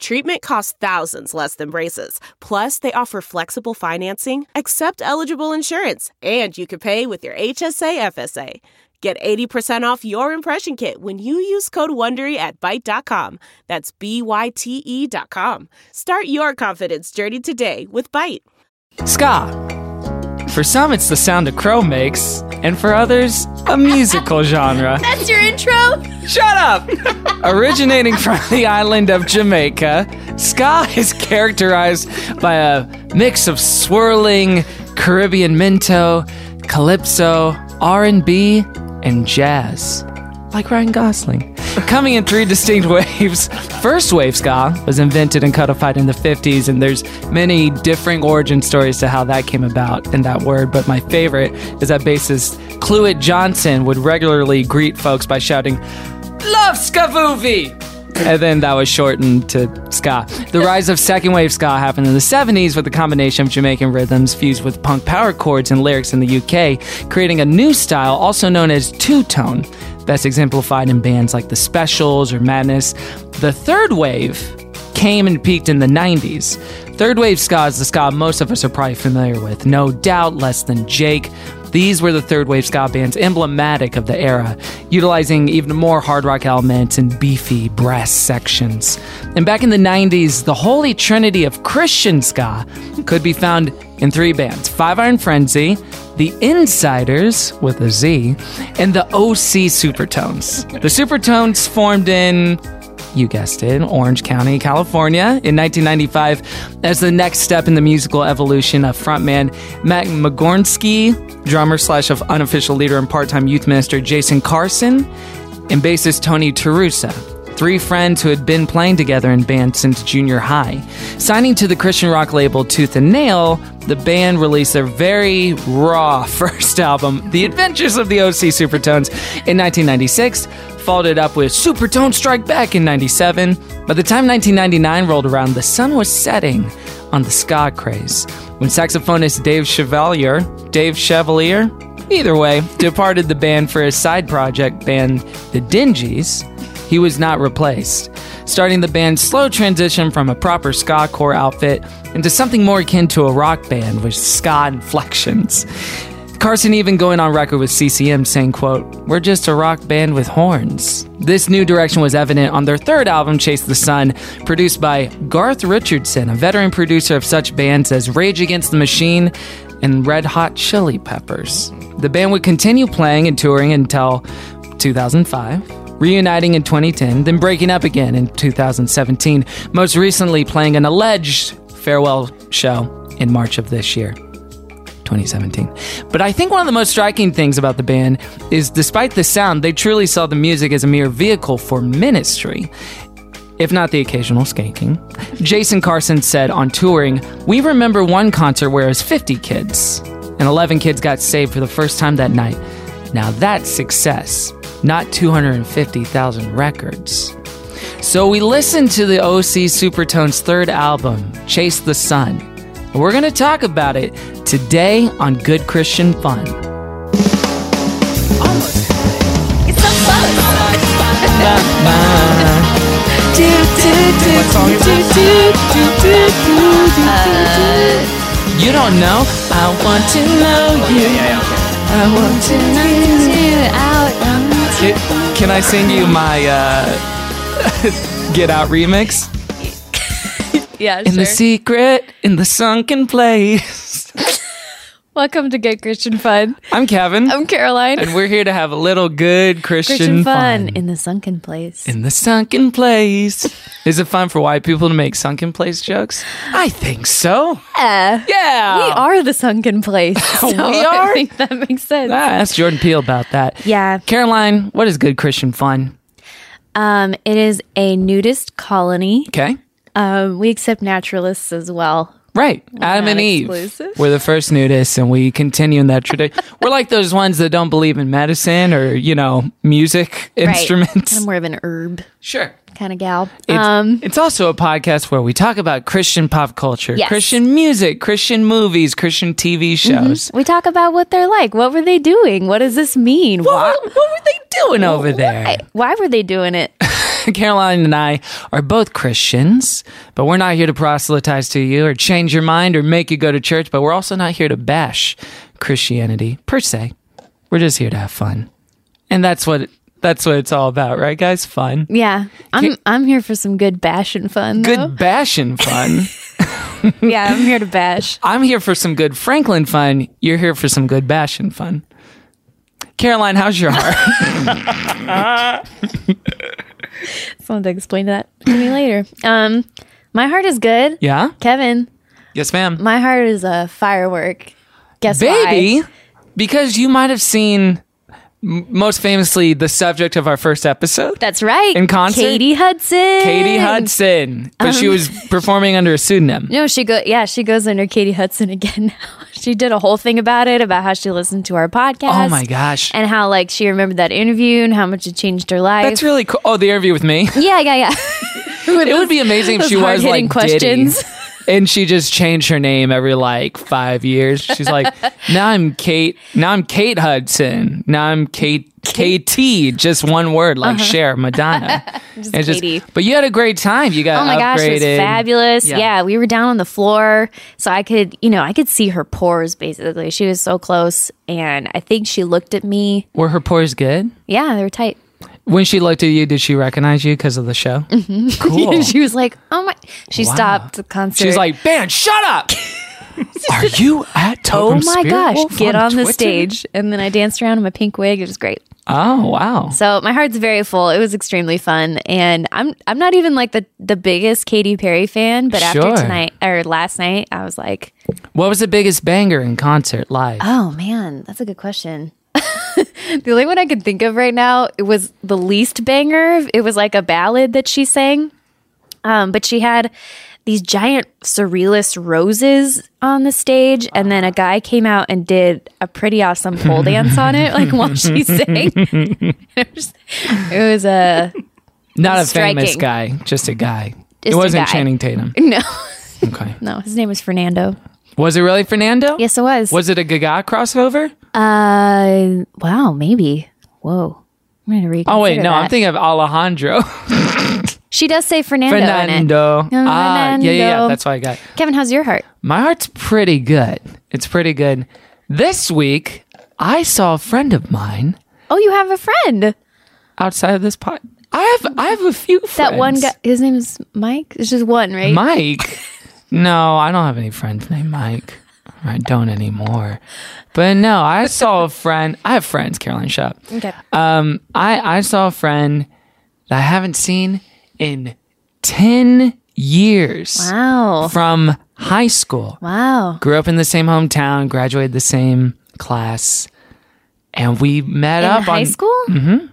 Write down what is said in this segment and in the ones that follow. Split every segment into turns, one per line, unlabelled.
Treatment costs thousands less than braces. Plus, they offer flexible financing, accept eligible insurance, and you can pay with your HSA FSA. Get 80% off your impression kit when you use code WONDERY at Byte.com. That's B-Y-T-E E dot com. Start your confidence journey today with Byte.
Ska. For some, it's the sound a crow makes, and for others, a musical genre.
That's your intro?
Shut up! Originating from the island of Jamaica, ska is characterized by a mix of swirling Caribbean minto, calypso, R&B, and jazz. Like Ryan Gosling. Coming in three distinct waves. First wave ska was invented and codified in the 50s, and there's many differing origin stories to how that came about in that word. But my favorite is that bassist Cluett Johnson would regularly greet folks by shouting, Love Skavuvi! and then that was shortened to ska. The rise of second wave ska happened in the 70s with a combination of Jamaican rhythms fused with punk power chords and lyrics in the UK, creating a new style also known as two tone. That's exemplified in bands like The Specials or Madness. The third wave came and peaked in the 90s. Third wave ska is the ska most of us are probably familiar with. No doubt, less than Jake. These were the third wave ska bands emblematic of the era, utilizing even more hard rock elements and beefy brass sections. And back in the 90s, the holy trinity of Christian ska could be found in three bands Five Iron Frenzy, The Insiders with a Z, and the OC Supertones. The Supertones formed in you guessed it, Orange County, California, in 1995 as the next step in the musical evolution of frontman Matt McGornsky, drummer slash of unofficial leader and part-time youth minister Jason Carson, and bassist Tony Terusa, three friends who had been playing together in bands since junior high. Signing to the Christian rock label Tooth and Nail, the band released their very raw first album, The Adventures of the OC Supertones, in 1996, followed it up with Supertone Strike Back in 97. By the time 1999 rolled around, the sun was setting on the ska craze when saxophonist Dave Chevalier, Dave Chevalier, either way, departed the band for his side project band, The Dingies he was not replaced, starting the band's slow transition from a proper ska core outfit into something more akin to a rock band with ska inflections. Carson even going on record with CCM saying, quote, We're just a rock band with horns. This new direction was evident on their third album, Chase the Sun, produced by Garth Richardson, a veteran producer of such bands as Rage Against the Machine and Red Hot Chili Peppers. The band would continue playing and touring until 2005, reuniting in 2010, then breaking up again in 2017, most recently playing an alleged farewell show in March of this year. 2017. But I think one of the most striking things about the band is despite the sound, they truly saw the music as a mere vehicle for ministry if not the occasional skanking. Jason Carson said on touring, We remember one concert where it was 50 kids, and 11 kids got saved for the first time that night. Now that's success, not 250,000 records. So we listened to the OC Supertone's third album, Chase the Sun. and We're going to talk about it today on Good Christian Fun.
It's so close.
You don't know? I want to know you. I want to know you. Can, can I sing you my uh, Get Out remix?
Yeah,
In
sure.
the secret, in the sunken place.
Welcome to Good Christian Fun.
I'm Kevin,
I'm Caroline.
and we're here to have a little good Christian,
Oh. Christian
fun.
fun. in the sunken place.
In the sunken place. Is it fun for white people to make sunken place jokes? I think so.
Yeah.
Yeah.
We are the sunken place. So
are?
I think that makes sense.
Ah, ask Jordan Peele about that.
Yeah.
Caroline, what is good Christian fun?
Um, it is a nudist colony.
Okay.
Um, we accept naturalists as well.
Right. Adam
not
and Eve
exclusive.
were the first nudists, and we continue in that tradition. we're like those ones that don't believe in medicine or, you know, music instruments.
I'm more of an herb
Sure.
kind of gal.
It's,
um,
it's also a podcast where we talk about Christian pop culture,
Yes.
Christian music, Christian movies, Christian TV shows.
we talk about what they're like. What were they doing? What does this mean? Why,
What, were- what were they doing over there?
why were they doing it?
Caroline and I are both Christians, but we're not here to proselytize to you or change your mind or make you go to church, but we're also not here to bash Christianity per se. We're just here to have fun. And that's what that's what it's all about, right guys? Fun.
Yeah, I'm
Can-
I'm here for some good bash and fun.
Good bashing fun.
though. yeah, I'm here to bash.
I'm here for some good Franklin fun. You're here for some good bashing fun. Caroline, how's your heart?
Someone to explain that to me later. Um, my heart is good.
yeah?
Kevin,
Yes, ma'am.
my heart is a firework. Guess
baby
why?
because you might have seen m- most famously the subject of our first episode
That's right.
In concert?
Katie Um, Hudson.
katie hudson but she was performing under a pseudonym
No, she go. Yeah, she goes under Katie Hudson again now. she did a whole thing about it, about how she listened to our podcast.
oh my gosh
And how like she remembered that interview and how much it changed her life.
that's really cool oh the interview with me
yeah, yeah, yeah.
it would be amazing if
those
she was like
hard-hitting questions.
Diddy, and she just changed her name every like five years she's like now i'm kate now i'm kate hudson now i'm kate kt just one word like Cher, madonna just
Uh-huh. Katie.
but you had a great time you got
Oh my
upgraded.
gosh, it was fabulous.
Yeah.
Yeah. we were down on the floor, so I could, you know, I could see her pores basically. She was so close, and I think she looked at me.
Were her pores good?
Yeah, they were tight.
When she looked at you, did she recognize you because of the show? Cool.
And Mm-hmm. she was like, "Oh my!" She
Wow.
stopped the concert.
She's like, "Man, shut up! Are you at
"Oh
Totem
my
Spirit
gosh,
Wolf
get on, the
Twitter?"
stage!" And then I danced around in my pink wig. It was great.
Oh wow.
So my heart's very full. It was extremely fun, and I'm I'm not even like the the biggest Katy Perry fan, but
Sure.
after tonight or last night, I was like,
What was the biggest banger in concert live?
Oh man, that's a good question. the only one I could think of right now it was the least banger. It was like a ballad that she sang, um, but she had these giant surrealist roses on the stage, and then a guy came out and did a pretty awesome pole dance on it, like while she sang. it was, it was uh, a
Not a famous
striking.
guy, just a guy.
Just
it
a
wasn't
guy.
Channing Tatum.
no,
Okay.
no. His name was Fernando.
Was it really Fernando?
Yes, it was.
Was it a Gaga crossover?
uh, wow, maybe. Whoa. I'm gonna reconsider
Oh wait, no, I'm
that.
thinking of Alejandro
She does say Fernando. In it. Oh,
Fernando. Ah, yeah, yeah, yeah.
Fernando.
That's what I got.
Kevin, how's your heart?
My heart's pretty good. It's pretty good. This week, I saw a friend of mine
Oh, you have a friend.
outside of this pod. I have I have a few friends.
That one guy. His name is Mike. It's just one, right?
Mike. no, I don't have any friends named Mike. I don't anymore. But no, I saw a friend. I have friends, Caroline Shop.
Okay.
Um, I I saw a friend that I haven't seen in ten years
Wow.
from high school.
Wow.
grew up in the same hometown, graduated the same class, and we met
In
up
high
on.
school. Mm-hmm.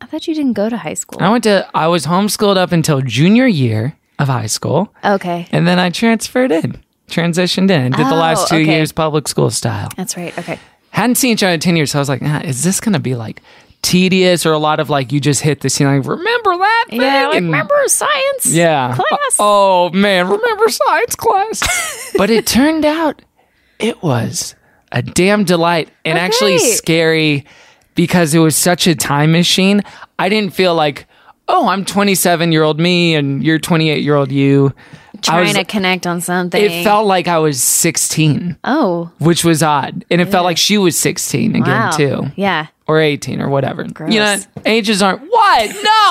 I thought you didn't go to high school.
I went to. I was homeschooled up until junior year of high school,
Okay.
and then I transferred in, transitioned in, did the
Oh,
last two
okay.
years public school style.
That's right. Okay.
Hadn't seen each other in ten years, so I was like, ah, is this gonna be like tedious or a lot of like you just hit the scene like remember that thing?
Yeah. Like,
And-
remember science?
yeah.
Class.
Oh man, remember science class? but it turned out it was a damn delight
Oh,
and actually
Okay.
scary because it was such a time machine. I didn't feel like, oh, I'm 27 year old me and you're 28 year old you. I
Trying
was-
to connect on something.
it felt like I was 16,
Oh.
which was odd, and it felt like she was 16 again
Wow.
too
Yeah.
or 18 or whatever. You know,
Gross.
ages aren't what? No.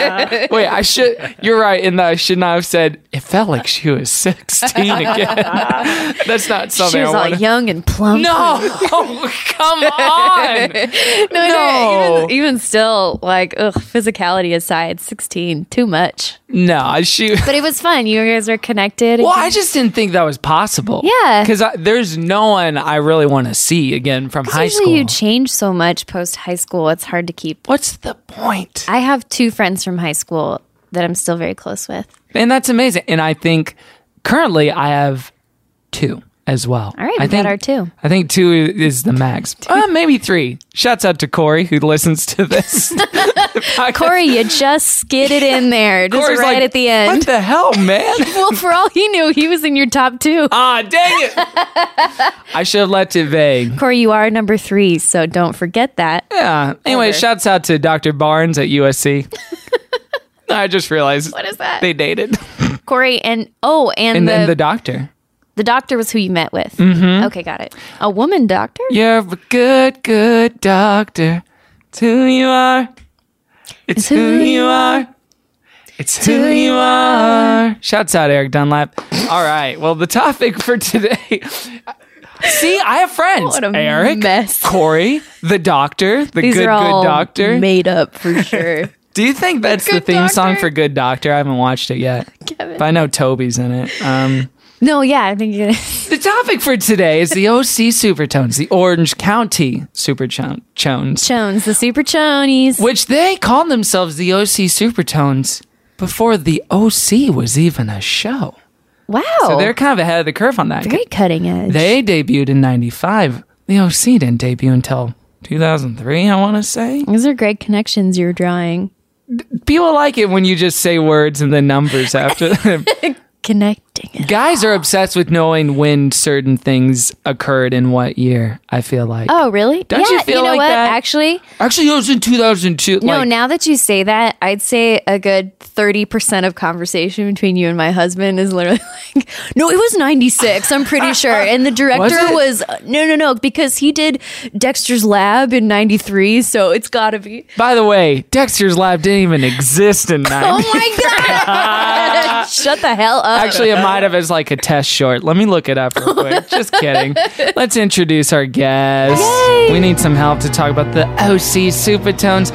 Wait, I should you're right in that I should not have said it felt like she was 16 again. That's not something
She was
I Oh,
all
want.
young and plump.
No. come on.
no,
no.
Even, even still, like, ugh, physicality aside, sixteen, too much.
No, I she
But it was fun. You guys were connected.
Well, I just didn't think that was possible.
Yeah.
Cuz there's no one I really want to see again from high
Usually
school.
you change so much post high school, it's hard to keep.
What's the point?
I have two friends from high school that I'm still very close with.
And that's amazing. And I think currently I have two as well.
All right, we got our two.
I think two i- is the max. Uh, maybe three. Shouts out to Corey who listens to this. podcast.
Corey, you just skidded in there, just
Corey's
right
like,
at the end.
What the hell, man?
well, for all he knew, he was in your top two.
ah, dang it! I should have left it vague.
Corey, you are number three, so don't forget that.
Yeah. Anyway,
Ever.
shouts out to Dr. Barnes at USC. I just realized
What is that?
they dated.
Corey and oh, and,
And
the,
then the Mm-hmm.
the,
doctor.
doctor was who you met with. Okay, got it. A woman doctor?
You're a good, good doctor. It's who you are. It's, who, you are. It's who you are. Shouts out Eric Dunlap. All right. Well, the topic for today. See, I have friends.
What a
Eric,
mess.
Corey, the doctor, the
These
good,
are all
good doctor.
made up for sure.
Do you think that's the
Good
theme song
Doctor?
for Good Doctor? I haven't watched it yet.
Kevin.
But I know Toby's in it. Um,
no, yeah, I think it is.
the topic for today is the OC Supertones, the Orange County Supertones,
Chones, the super chonies.
which they called themselves the OC Supertones before the OC was even a show.
Wow,
So they're kind of ahead of the curve on that.
very cutting edge.
They debuted in 95. The OC didn't debut until 2003, I want to say.
Those are great connections you're drawing.
People like it when you just say words and then numbers after them.
Connecting it.
Guys are obsessed with knowing when certain things occurred in what year, I feel like.
Oh, really?
Don't
yeah,
you feel
know
like
what?
that?
Actually,
Actually, it was in 2002.
no,
like,
now that you say that, I'd say a good 30% of conversation between you and my husband is literally like, no, it was 96, I'm pretty sure. And the director
it?
was, no, no, no, because he did Dexter's Lab in 93, so it's gotta be.
By the way, Dexter's Lab didn't even exist in 90.
Oh my God! Shut the hell up.
Actually, it might have as like a test short. Let me look it up real quick. Just kidding. Let's introduce our guest. We need some help to talk about the OC Supertones.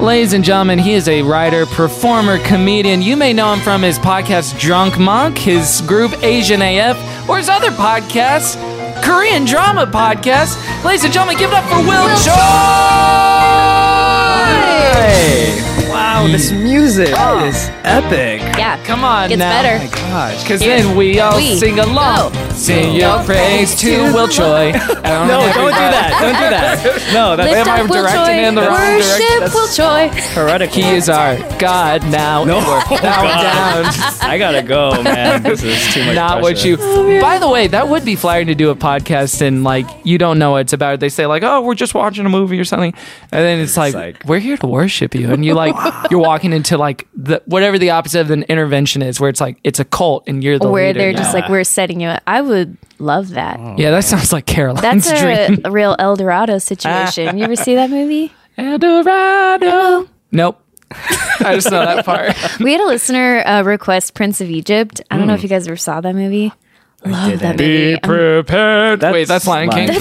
Ladies and gentlemen, he is a writer, performer, comedian. You may know him from his podcast Drunk Monk, his group Asian AF, or his other podcast, Korean Drama Podcast. Ladies and gentlemen, give it up for Will, Choi!
Wow, this music
Ah.
is epic.
yeah.
Come on
Gets
now.
better.
My gosh.
Oh Cause then we all
we
sing along.
go.
Sing your praise to Will Choi.
No, don't do that. Don't do that. No, that's
Lift
I
up Will
directing
Choi.
it in the wrong
Worship
direction?
Will Choi.
heretical.
He is our God now.
No,
We're bow down.
I gotta go, man. This is too much.
Not what
pressure.
you.
Oh,
By the way, that would be flattering to do a podcast and like you don't know what it's about. They say like, "Oh, we're just watching a movie or something," and then it's like,
like-
"We're here to worship you," and you like you're walking into like the whatever the opposite of an intervention is, where it's like it's a cult and you're the
Where
leader
they're
now. Oh.
just like, we're setting you up. I would love that.
yeah, that sounds like Caroline's
That's
dream.
a, a real El Dorado situation. You ever see that movie?
El Dorado. Nope. I just know that part.
We had a listener uh, request Prince of Egypt. I don't know if
Hmm.
you guys ever saw that movie. Love that movie. I'm-
prepared. Wait, that's Lion King.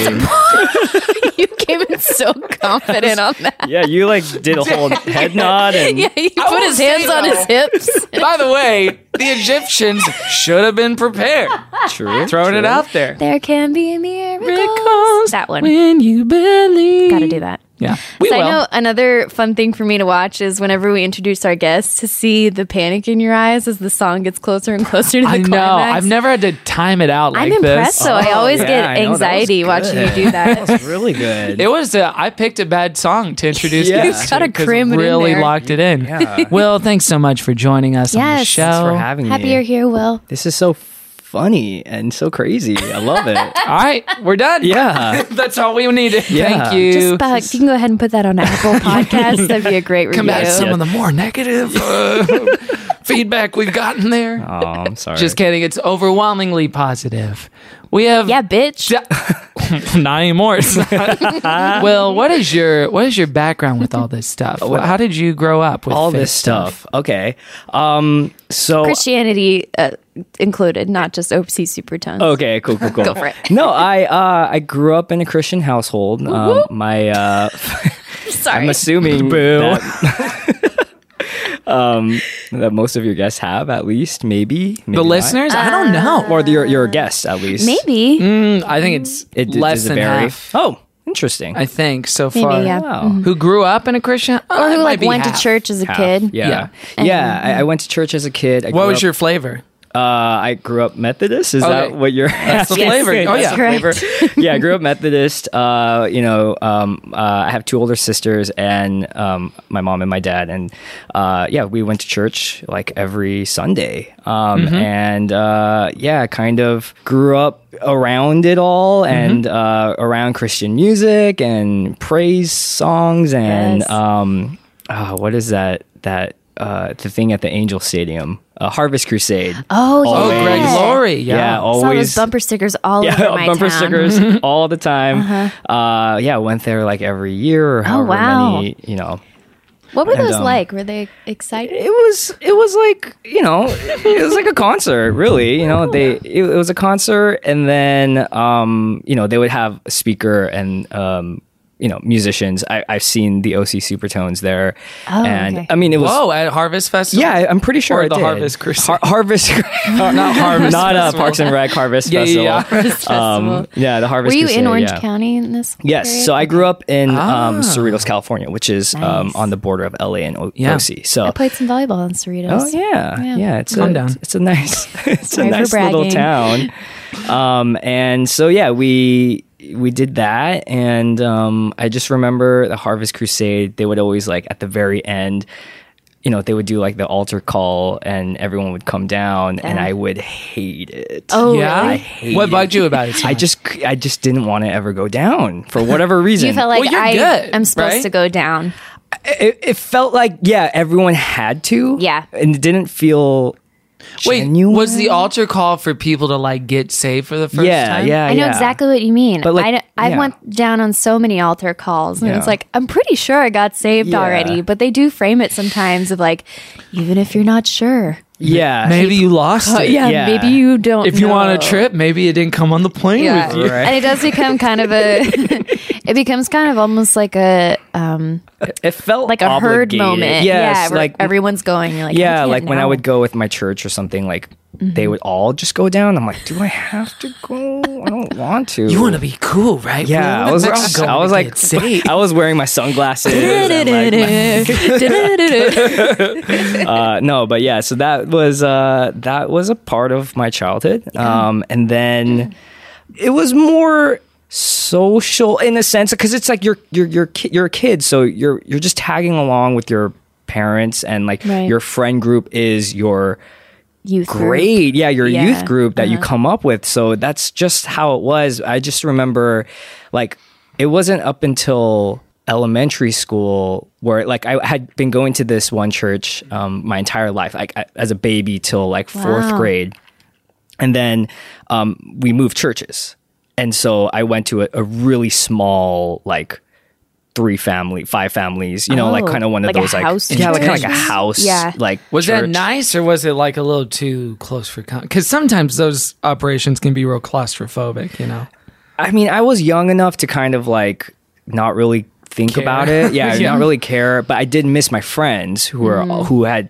you came in so confident on that.
yeah, you like did a whole head nod and
Yeah, he
I
put
will
his hands
say,
on his hips.
By the way, the Egyptians should have been prepared.
true.
Throwing it out there.
there can be miracles.
Miracles
That one.
When you believe.
Gotta do that.
Yeah, we
So
will.
I know another fun thing for me to watch is whenever we introduce our guests to see the panic in your eyes as the song gets closer and closer to the
I know.
climax.
I've never had to time it out like
I'm impressed,
this. Uh,
though. I always
Oh, yeah,
get
I know. That was
anxiety watching you
good.
do that.
That was really good.
It was. uh, I picked a bad song to introduce
Yeah.
you
You
gotta
to 'cause
cram it in
really
there.
locked it in.
Yeah.
Will, thanks so much for joining us on the
Yes.
show.
Thanks
for having
Happy
me.
you're here, Will.
This is so funny and so crazy. I love it.
All right, we're done.
yeah.
That's all we needed.
Yeah.
Thank you.
Just uh, you can go ahead and put that on Apple Podcasts. That'd be a great review.
come back to some of the more negative uh, feedback we've gotten there.
Oh, I'm sorry.
Just kidding. It's overwhelmingly positive. We have
Yeah, bitch.
not anymore. It's not. well, what is your what is your background with all this stuff? How did you grow up with
all
faith
this stuff. Okay. Um. So
Christianity uh, included, not just OC Supertone.
Okay, cool, cool, cool.
Go for it.
No, I uh, I grew up in a Christian household. Um, my uh,
Sorry.
I'm assuming that, um, that most of your guests have at least maybe, maybe
The
not.
listeners, I don't know.
Um,
or the, your your guests at least
Maybe.
mm,
I think it's
it, d-
less
does it
than
vary.
half.
Oh, interesting.
I think so
Maybe,
far.
yeah.
wow.
Who grew up in a Christian?
Or
Oh, it
who
might
like
be
went
half.
to church as a
Half.
kid. Mm-hmm.
Yeah,
Yeah.
yeah. I, I went to church as a kid. I
What
grew
was
up-
your flavor?
Uh, I grew up Methodist. Is that
Okay.
what you're
That's the
asking?
flavor. Oh,
That's
yeah.
the
Correct.
flavor. yeah, I grew up Methodist. Uh, you know, um, uh, I have two older sisters and um, my mom and my dad. And uh, yeah, we went to church like every Sunday. Um,
Mm-hmm.
And uh, yeah, kind of grew up around it all
Mm-hmm.
and uh, around Christian music and praise songs and
Yes.
um, oh, what is that? That uh, the thing at the Angel Stadium, uh, Harvest Crusade.
Oh,
Oh,
yeah.
Greg Laurie. Yeah.
yeah,
Saw those
always
bumper stickers all over my
bumper
town.
stickers all the time. Uh, yeah, went there like every year or however
wow.
many, you know.
What were
And,
those
um,
like? Were they exciting?
It was it was like, you know, it was like a concert, really. You know, they it, it was a concert and then um, you know, they would have a speaker and um you know, musicians. I, I've seen the OC Supertones there,
Oh,
and
okay.
I mean, it was
Whoa, at Harvest Festival?
yeah. I- I'm pretty sure
Or
I
the
did.
Harvest Crusade.
Har- Harvest,
Uh, not Harvest
not uh,
Festival.
Parks and Rec Harvest
Yeah,
Festival.
yeah, yeah.
Um, yeah, the
Were
Harvest.
you in
Crusade,
Orange
yeah.
County in this?
Yes,
period?
so I grew up in um,
Ah.
Cerritos, California, which is um,
Nice.
on the border of LA and o-
Yeah.
OC. So,
I played some volleyball in Cerritos.
oh yeah, yeah, it's
Calm
a,
down.
It's a nice, it's a
Sorry for
nice little
bragging.
town. Um, and so yeah, we we did that, and um, I just remember the Harvest Crusade. They would always like at the very end. You know, they would do like the altar call, and everyone would come down, and I would hate it.
Oh,
yeah.
really?
I hate
what bugged
it.
you about it? so
I
much?
just, I just didn't want to ever go down for whatever reason.
You felt like
Well, you're
I
good,
am supposed
right?
to go down.
it, it felt like yeah everyone had to
Yeah.
and it didn't feel
wait.
genuine.
Was the altar call for people to like get saved for the first
yeah
time?
yeah
I know
Uh, yeah.
exactly what you mean.
But, like,
I, I
yeah.
went down on so many altar calls, and it's
Yeah.
like I'm pretty sure I got saved
Yeah.
already. But they do frame it sometimes of like, even if you're not sure,
yeah
Maybe you lost it.
yeah,
Oh, yeah.
maybe you don't.
If you want
know.
a trip, maybe it didn't come on the plane
Yeah.
with you.
Right.
And it does become kind of a, it becomes kind of almost like a, um,
it felt
like a
obligated.
herd moment.
yes
yeah, where
like
everyone's going. You're like,
yeah
I
like when i
now.
would go with my church or something like
Mm-hmm.
they would all just go down i'm like do i have to go i don't want to
You want to be cool, right?
yeah
Well,
i was
we're
like
all going
i was
to
like
get saved.
i was wearing my sunglasses and, like, my uh, no, but yeah, so that was uh, that was a part of my childhood, um, and then it was more social in a sense because it's like you're you're you're ki- you're a kid, so you're you're just tagging along with your parents and like
Right.
your friend group is your
Youth group.
grade yeah your
Yeah. Uh-huh.
youth group that you come up with so that's just how it was i just remember like it wasn't up until elementary school where like i had been going to this one church um, my entire life like I, as a baby till like fourth
Wow.
grade and then um, we moved churches and so i went to a, a really small like three family five families you know like
Oh,
kind of one of
like a
those like
house
yeah like kind of like a
church?
house
Yeah.
like
Was that
church.
nice or was it like a little too close for con? Because sometimes those operations can be real claustrophobic, you know?
I mean, I was young enough to kind of like not really think
Care.
about it. Yeah,
Yeah.
not really care. But I did miss my friends who are
Mm.
who had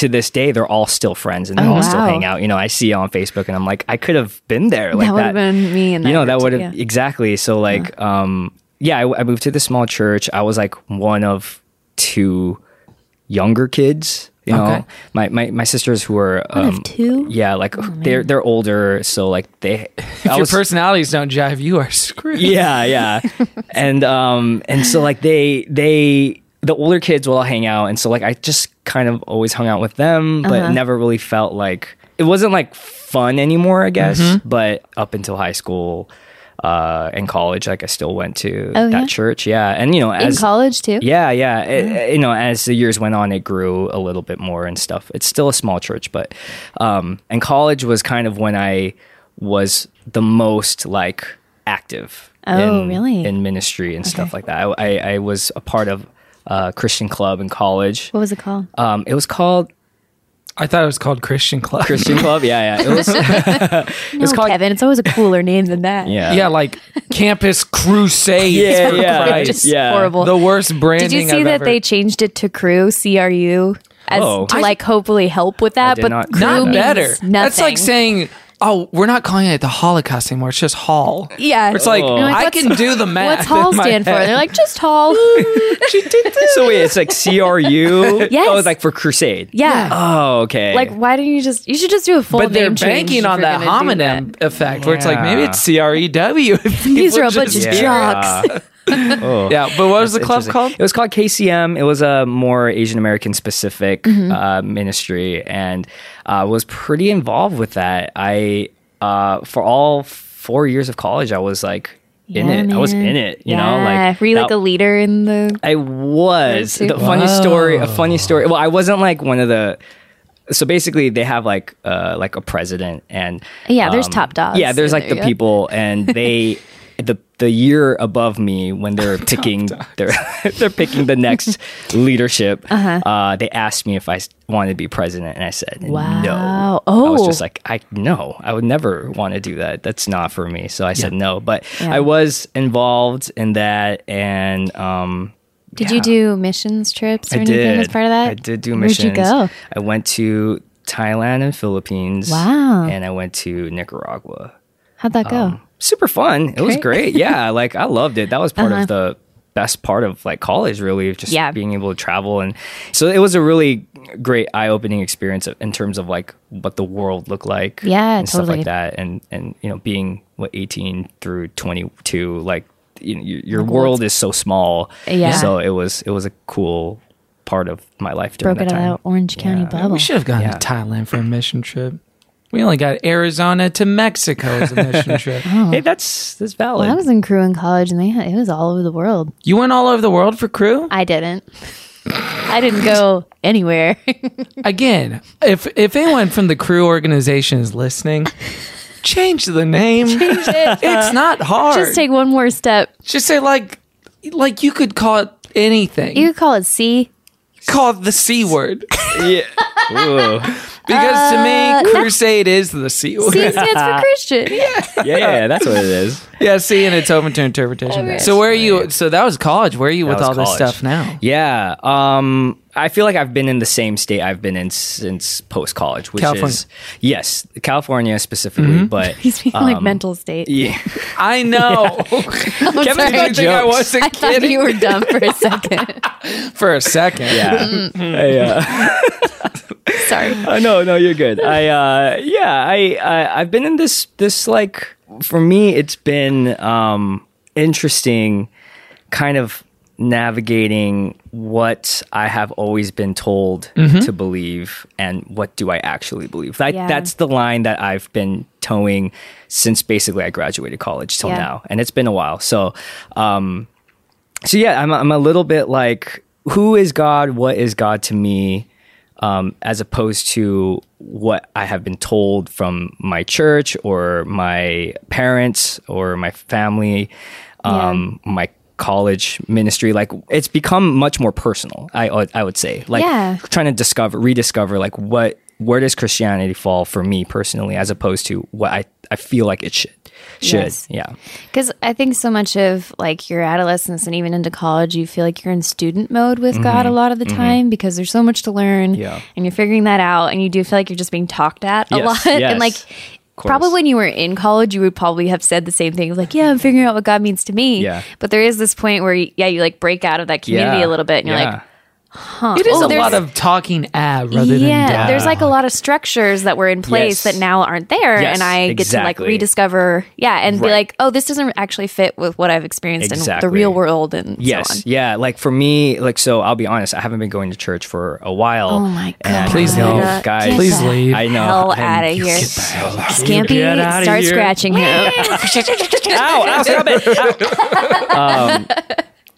to this day they're all still friends and they all still
Oh, wow.
hang out. You know, I see on Facebook and I'm like, I could have been there. Like
That would've been me in
you
that
know, that
group
would
too,
have
yeah.
exactly. So like, um, yeah, I, I moved to this small church. I was like one of two younger kids. You know,
Okay.
my, my my sisters who are um,
of two? Oh,
Yeah, like they're they're older, so like they. I
If your
was-
personalities don't jive, you are screwed.
yeah yeah and um and so like they they the older kids will all hang out and so like i just kind of always hung out with them but
Uh-huh.
never really felt like it wasn't like fun anymore i guess
Mm-hmm.
but up until high school uh and college like i still went to
Oh,
that
yeah?
church yeah and you know
in
as
college too.
yeah yeah it- you know as the years went on it grew a little bit more and stuff it's still a small church but um and college was kind of when i was the most like active
Oh,
in,
really?
in ministry and stuff like that I, I i was a part of a christian club in college
What was it called?
um it was called
I thought it was called Christian Club.
christian club yeah yeah it was
no,
called-
Oh, Kevin. It's always a cooler name than that.
yeah
yeah, like Campus Crusade.
yeah
for
yeah,
Christ.
Just
yeah.
horrible.
The worst branding.
Did you see
I've
that
ever-
they changed it to crew C R U as
Whoa.
to like hopefully help with that?
Oh. did
But
not
crew
know
not
means
that.
better?
Nothing.
That's like saying oh, we're not calling it the Holocaust anymore. It's just Hall.
Yeah.
It's like,
And I'm
I
what's-
can do the math.
What's Hall
in my
stand for?
head.
They're like, just Hall.
she did this.
So wait, it's like CRU.
Yes.
Oh, like for crusade.
yeah.
Oh, okay.
Like, why don't you just? You should just do a full.
But they're
name change
banking
if
on
you're
that
gonna do that.
homonym effect where it's like, maybe
Yeah.
it's CREW. if
These
people
are a bunch of
just-
jocks.
oh.
Yeah, but what was the
That's
club
interesting.
called?
It was called KCM. It was a more Asian American specific
Mm-hmm.
uh, ministry, and uh, was pretty involved with that. I uh, for all four years of college, I was like in
Yeah,
it. I was
man.
in it. You know,
Yeah.
like
were you
that-
like a leader in the?
I was
Me
the
too.
funny story. A funny story. Well, I wasn't like one of the. So basically, they have like uh like a president and um,
Yeah, there's top dogs
Yeah, there's
in
like
there,
the
yeah.
people and they. The, the year above me when they're picking they're, they're picking the next leadership
Uh-huh.
uh they asked me if I s- wanted to be president and I said no
Wow.
I was
Oh.
just like I no I would never want to do that that's not for me so I said no but
Yeah.
I was involved in that and um
Did you do missions trips or
I
anything
did.
as part of that?
I did do
Where'd
missions.
you go?
I went to Thailand and Philippines.
Wow.
And I went to Nicaragua.
How'd that
Um,
go?
Super fun. It was
Great.
great. Yeah, like I loved it. That was part of the best part of like college really just
Uh-huh. Yeah.
being able to travel and so it was a really great eye-opening experience in terms of like what the world looked like
Yeah,
and stuff
totally.
like that and and you know being what 18 through 22 like you know, your, your world is so small
Yeah.
so it was it was a cool part of my life during
Broke out
that
of
time
that Orange County bubble.
We should have gone
Yeah.
to Thailand for a mission trip. We only got Arizona to Mexico as a mission trip.
hey that's that's valid
Mm-hmm. Well, I was in crew in college, and they had, it was all over the world.
You went all over the world for crew?
I didn't. I didn't go anywhere.
Again, if if anyone from the crew organization is listening, change the name. It's not hard.
Just take one more step.
Just say like like you could call it anything.
You could call it C.
call it the C word.
yeah Ooh.
Because to me, crusade is the C word.
Uh, C stands for Christian.
yeah yeah that's what it is
Yeah, see, and it's open to interpretation. so where are you? So that was college. Where are you with
was
all this
college.
stuff now?
Yeah. Um, I feel like I've been in the same state I've been in since post college, which
California. Mm-hmm.
is yes, California specifically. But um,
He's being like mental state.
yeah,
I know.
I'm
Kevin,
sorry.
did
I think I
Jokes.
wasn't
I thought
kidding
you were dumb for a second.
for a second.
yeah, yeah.
sorry.
Uh, no, no, you're good. I uh, yeah, I, I I've been in this this like for me, it's been um interesting, kind of navigating what I have always been told to believe and what do I actually believe. That
Yeah.
that's the line that I've been towing since basically I graduated college till
Yeah.
now, and it's been a while. So, um, so yeah, I'm I'm a little bit like, who is God? What is God to me? Um, as opposed to what I have been told from my church or my parents or my family, um, my college ministry. Like it's become much more personal. I I would say like
Yeah.
trying to discover rediscover like what where does Christianity fall for me personally as opposed to what I I feel like it should should
Yes.
yeah
Because I think so much of like your adolescence and even into college, you feel like you're in student mode with God a lot of the time because there's so much to learn
Mm-hmm. Yeah.
and you're figuring that out. And you do feel like you're just being talked at a
Yes,
lot.
yes,
And like,
course.
probably when you were in college, you would probably have said the same thing like, yeah, I'm figuring out what God means to me.
Yeah.
But there is this point where, yeah, you like break out of that community
Yeah.
a little bit and you're
Yeah.
like, huh.
It is
oh,
a
there's-
lot of talking ab rather
yeah,
than dialogue.
there's like a lot of structures that were in place
Yes.
that now aren't there,
Yes,
and I get to like
exactly.
rediscover, yeah, and be
Right.
like, oh, this doesn't actually fit with what I've experienced
Exactly.
in the real world, and
yes
so on.
yeah like for me like so I'll be honest I haven't been going to church for a while
Oh my god!
Please
no,
leave.
guys
Get
Please
the
leave.
I know
Hell
I'm-
out of here!
Get outta
Scampy, start
here.
scratching him.
ow, ow, stop it. Ow. um,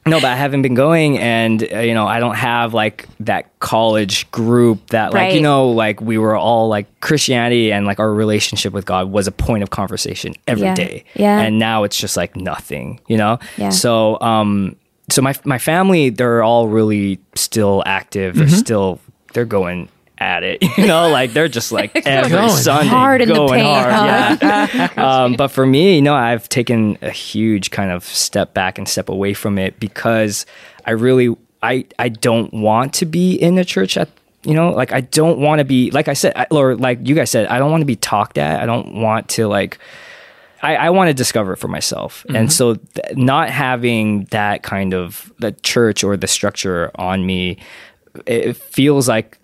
no, but I haven't been going, and uh, you know, I don't have like that college group that, like, you
Right.
know, like we were all like Christianity and like our relationship with God was a point of conversation every
Yeah.
day.
Yeah.
and now it's just like nothing, you know.
Yeah.
So, um, so my my family, they're all really still active.
Mm-hmm.
They're still they're going at it, you know, like they're just like every
Going
Sunday
hard in the
going
paint,
hard,
huh?
yeah um, but for me, no, I've taken a huge kind of step back and step away from it because I really, I, I don't want to be in a church at you know, like I don't want to be like I said, I, or like you guys said, I don't want to be talked at. I don't want to like. I, I want to discover it for myself,
Mm-hmm.
and so th- not having that kind of the church or the structure on me, it it feels like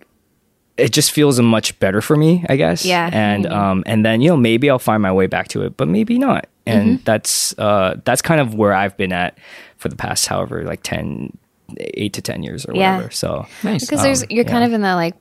it just feels much better for me, I guess.
Yeah.
And um and then you know maybe I'll find my way back to it, but maybe not. And that's uh that's kind of where I've been at for the past however like 10 8 to 10 years or
Yeah.
whatever. So
Nice.
because there's
Um,
you're kind of in that like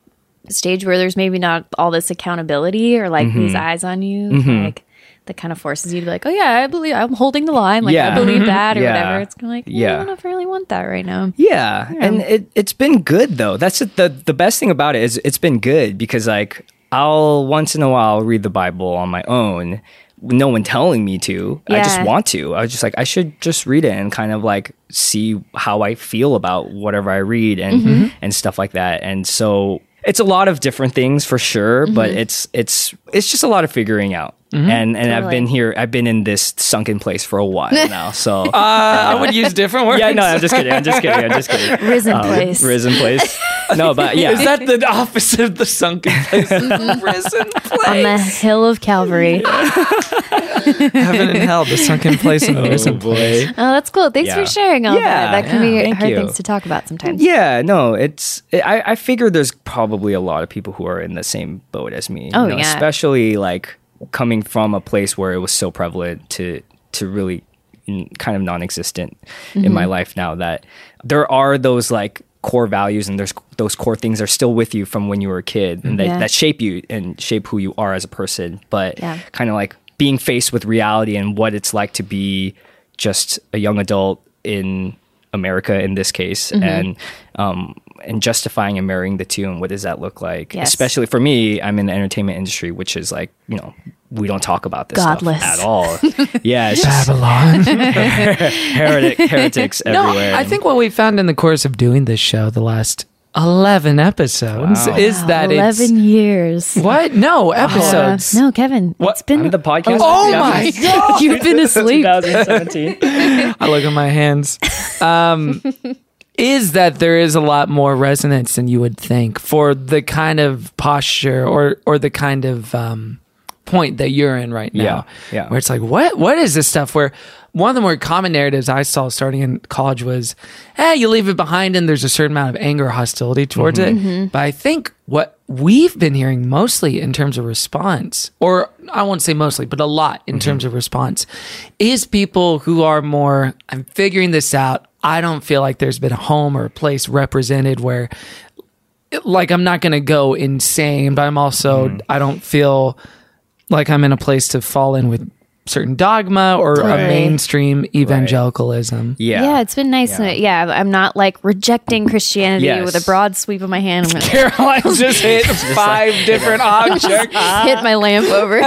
stage where there's maybe not all this accountability or like these
Mm-hmm.
eyes on you like that kind of forces you to be like oh yeah i believe i'm holding the line like
Yeah. Mm-hmm.
i believe that or
Yeah.
whatever it's kind of like well,
Yeah.
i don't know if i really want that right now
Yeah, and it it's been good though. That's the, the the best thing about it is it's been good because like I'll once in a while read the Bible on my own, with no one telling me to. I just
Yeah.
want to. I was just like I should just read it and kind of like see how I feel about whatever I read and
Mm-hmm.
and stuff like that. And so it's a lot of different things for sure,
Mm-hmm.
but it's it's it's just a lot of figuring out. And and I've
Totally.
been here. I've been in this sunken place for a while now. So
Oh,
uh, I would use different words.
yeah, no, I'm just kidding. I'm just kidding. I'm just kidding. Um,
risen place
Risen place. No, but yeah.
Is that the opposite of the sunken place? Prison
on the hill of calvary oh
Heaven and hell, the sunken place and the prison place.
Oh, that's cool thanks
Yeah.
for sharing all
Yeah,
that that can
yeah,
be
thank
hard
you.
things to talk about sometimes
yeah, no, it's I, I figure there's probably a lot of people who are in the same boat as me. you
Oh,
know,
yeah.
Especially like coming from a place where it was so prevalent to to really n- kind of non-existent in
Mm-hmm.
my life now that there are those like core values and there's those core things are still with you from when you were a kid and that,
Yeah.
that shape you and shape who you are as a person but
Yeah.
kind of like being faced with reality and what it's like to be just a young adult in America in this case
Mm-hmm.
and um and justifying and marrying the two and what does that look like
Yes.
especially for me I'm in the entertainment industry which is like you know we don't talk about this
Godless.
stuff at all yeah it's just
Babylon.
heretic, heretics
no,
everywhere
I think what we found in the course of doing this show, the last 11 episodes,
Wow.
is that it's.
11 Oh, years
What? No,
Uh,
episodes.
no kevin
What?
it's been
I'm the podcast
Oh my God.
you've been asleep
2017
I look at my hands. Um, is that there is a lot more resonance than you would think for the kind of posture or or the kind of um, point that you're in right now.
Yeah, yeah.
Where it's like, what what is this stuff? Where one of the more common narratives I saw starting in college was, eh, you leave it behind and there's a certain amount of anger or hostility towards
Mm-hmm.
it. But I think what we've been hearing mostly in terms of response, or I won't say mostly, but a lot in
Mm-hmm.
terms of response, is people who are more, I'm figuring this out. I don't feel like there's been a home or a place represented where like I'm not gonna go insane, but I'm also I don't feel like I'm in a place to fall in with certain dogma or
Totally.
a mainstream evangelicalism.
yeah
Yeah, it's been nice. Yeah. yeah, I'm not like rejecting Christianity
Yes.
with a broad sweep of my hand. I'm gonna
Caroline just hit five different objects.
hit my lamp over.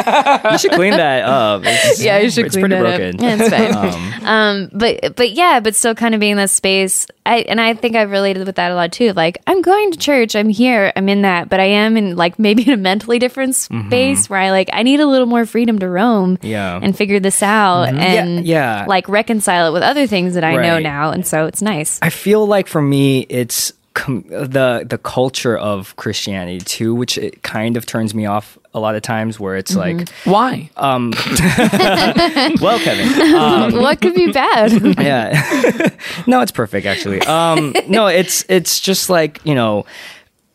you should clean that up It's-
yeah, you should
it's
clean
pretty
that
broken
up. Yeah, it's fine. um, but but yeah, but still kind of being in that space. I and I think I've related with that a lot too. Like I'm going to church, I'm here, I'm in that, but I am in like maybe in a mentally different space where I like I need a little more freedom to roam.
Mm-hmm. Yeah.
and figure this out and
yeah.
like reconcile it with other things that I know
Right.
now, and so it's nice.
I feel like for me, it's com- the the culture of Christianity too, which it kind of turns me off a lot of times. Where it's
Mm-hmm.
like,
Why?
well, Kevin, uh,
what could be bad?
yeah, no, it's perfect actually. Um, no, it's it's just like you know.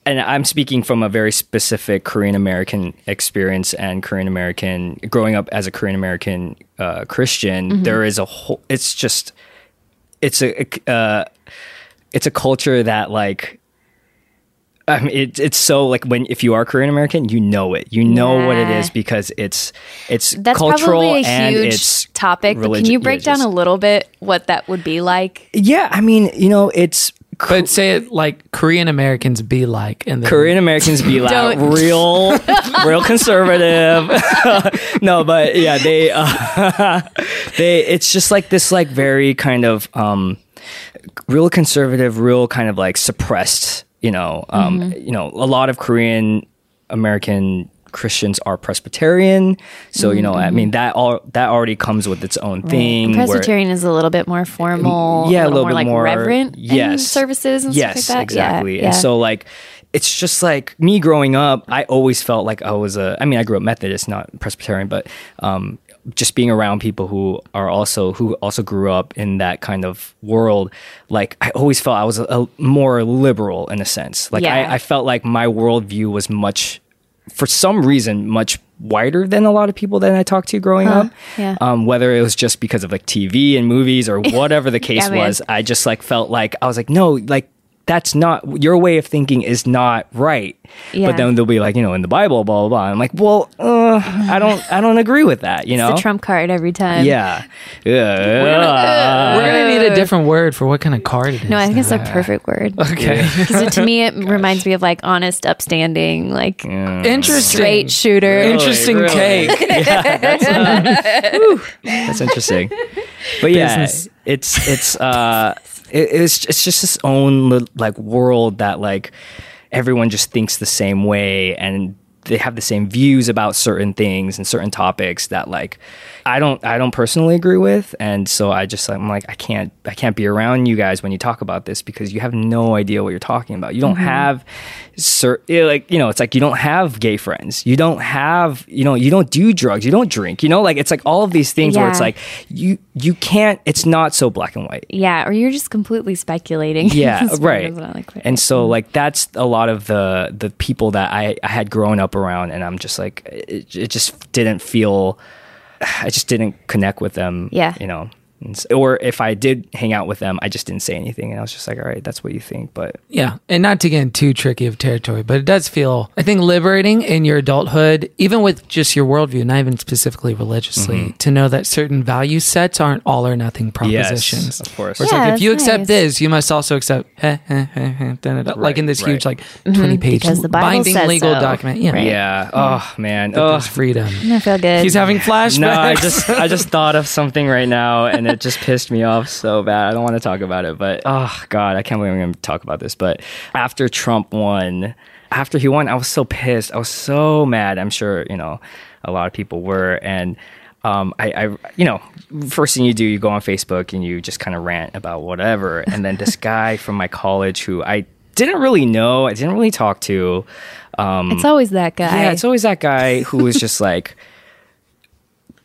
And I'm speaking from a very specific Korean American experience and Korean American growing up as a Korean American uh, Christian.
Mm-hmm.
there is a whole. It's just, it's a uh, it's a culture that like I mean, it, it's so like when if you are Korean American, you know it. You know what it
Yeah.
is because it's it's
That's
cultural
probably a
and
huge
it's
topic. But can
religi-
you break down a
religious.
little bit what that would be like?
Yeah, I mean, you know, it's
But say it like Korean Americans be like and then
Korean Americans be loud,
Don't.
real, real conservative. no, but yeah, they, uh, they. It's just like this, like very kind of um, real conservative, real kind of
Mm-hmm.
like suppressed. You know, um, you know, a lot of Korean American Christians are Presbyterian. So, you know, I mean, that all that already comes with its own thing. where-
Mm-hmm. Presbyterian is a little bit more formal,
yeah,
a little, more like reverent in
yes.
services and
yes,
stuff like that. Yeah,
exactly.
yeah.
And so like it's just like me growing up, I always felt like I was a I mean, I grew up Methodist, not Presbyterian, but um just being around people who are also who also grew up in that kind of world, like I always felt I was a, a more liberal in a sense. Like
Yeah.
I, I felt like my worldview was much for some reason much wider than a lot of people that I talked to growing up.
yeah.
Um, whether it was just because of like TV and movies or whatever the case
Yeah, man.
was, I just like felt like I was like, no, like that's not your way of thinking is not right.
Yeah.
But then they'll be like, you know, in the Bible, blah blah blah. I'm like, well, uh, I don't, I don't agree with that. You know,
the trump card every time.
yeah, yeah.
We're gonna need a different word for what kind of card it is.
Uh, No, I think it's a perfect word
okay.
because to me it reminds me of like honest, upstanding, like
Interesting.
straight shooter.
Interesting
really.
cake.
That's interesting. But yeah,
Business.
it's it's uh, it, it's it's just this own li- like world that like everyone just thinks the same way and they have the same views about certain things and certain topics that like I don't I don't personally agree with and so I just I'm like I can't I can't be around you guys when you talk about this because you have no idea what you're talking about. You don't have cer- yeah, like you know it's like you don't have gay friends. You don't have you know you don't do drugs. You don't drink. You know like it's like all of these things where it's
Yeah.
like you you can't it's not so black and white
yeah, or you're just completely speculating.
yeah
That's what
right
I like.
and so like that's a lot of the the people that i i had grown up around and i'm just like it, it just didn't feel i just didn't connect with them
Yeah.
you know And s- or if i did hang out with them i just didn't say anything and i was just like all right that's what you think but
Yeah, and not to get in too tricky of territory, but it does feel, I think, liberating in your adulthood, even with just your worldview, not even specifically religiously, to know that certain value sets aren't all or nothing propositions.
of course.
Where it's
Yeah,
like if
that's
you accept
nice.
this, you must also accept, eh, eh, eh, eh, da, da, da, like in this
Right,
huge, like twenty-page
Mm-hmm, because the Bible
binding
says
legal
so.
document. Yeah,
Right.
yeah oh man
There's
oh
freedom.
I feel good.
He's having flashbacks.
no, I just I just thought of something right now, and it just pissed me off so bad. I don't want to talk about it, but oh god, I can't believe I'm going to talk about this. But after Trump won, after he won, I was so pissed. I was so mad. I'm sure you know a lot of people were, and um, I, I you know first thing you do, you go on Facebook and you just kind of rant about whatever, and then this guy from my college who I didn't really know, I didn't really talk to. Um,
it's always that guy.
yeah, it's always that guy who was just like,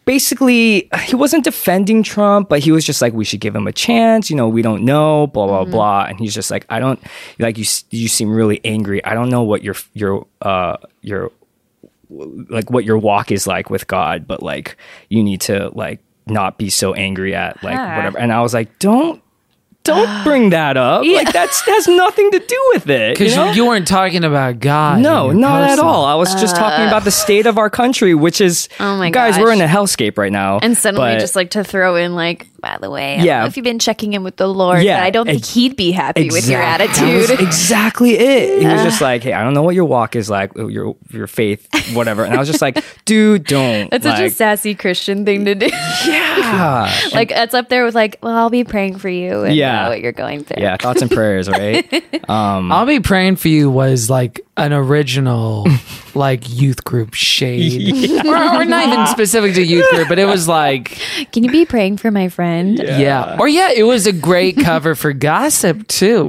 basically, he wasn't defending Trump, but he was just like, we should give him a chance. You know, we don't know, blah blah blah. And he's just like, I don't like you. s- You seem really angry. I don't know what your your uh your like what your walk is like with God, but like you need to like not be so angry at like whatever. And I was like, don't. Don't bring that up. Like that's has nothing to do with it.
because
you know?
you, you weren't talking about God.
No,
in your
not at
person.
all. I was just talking about the state of our country, which is,
Uh. Oh my
guys, we're
gosh.
in a hellscape right now.
And suddenly,
but-
just like to throw in, like, by the way, I don't
Yeah.
know if you've been checking in with the Lord,
Yeah,
but I don't think
ex-
he'd be happy with your
Exact- that was
attitude.
exactly it. He was just like, "Hey, I don't know what your walk is like, uh, your your faith, whatever." And I was just like, "Dude, don't."
That's such a
like,
sassy Christian thing to do.
yeah,
like, it's up there with, like, well, I'll be praying for you and
Yeah.
uh, what you're going through.
yeah. Thoughts and prayers, right?
I'll be praying for you was like an original like youth group shade. Or, or not even specific to youth group, but it was like
Can you be praying for my friend?
yeah. Or yeah, it was a great cover for gossip too.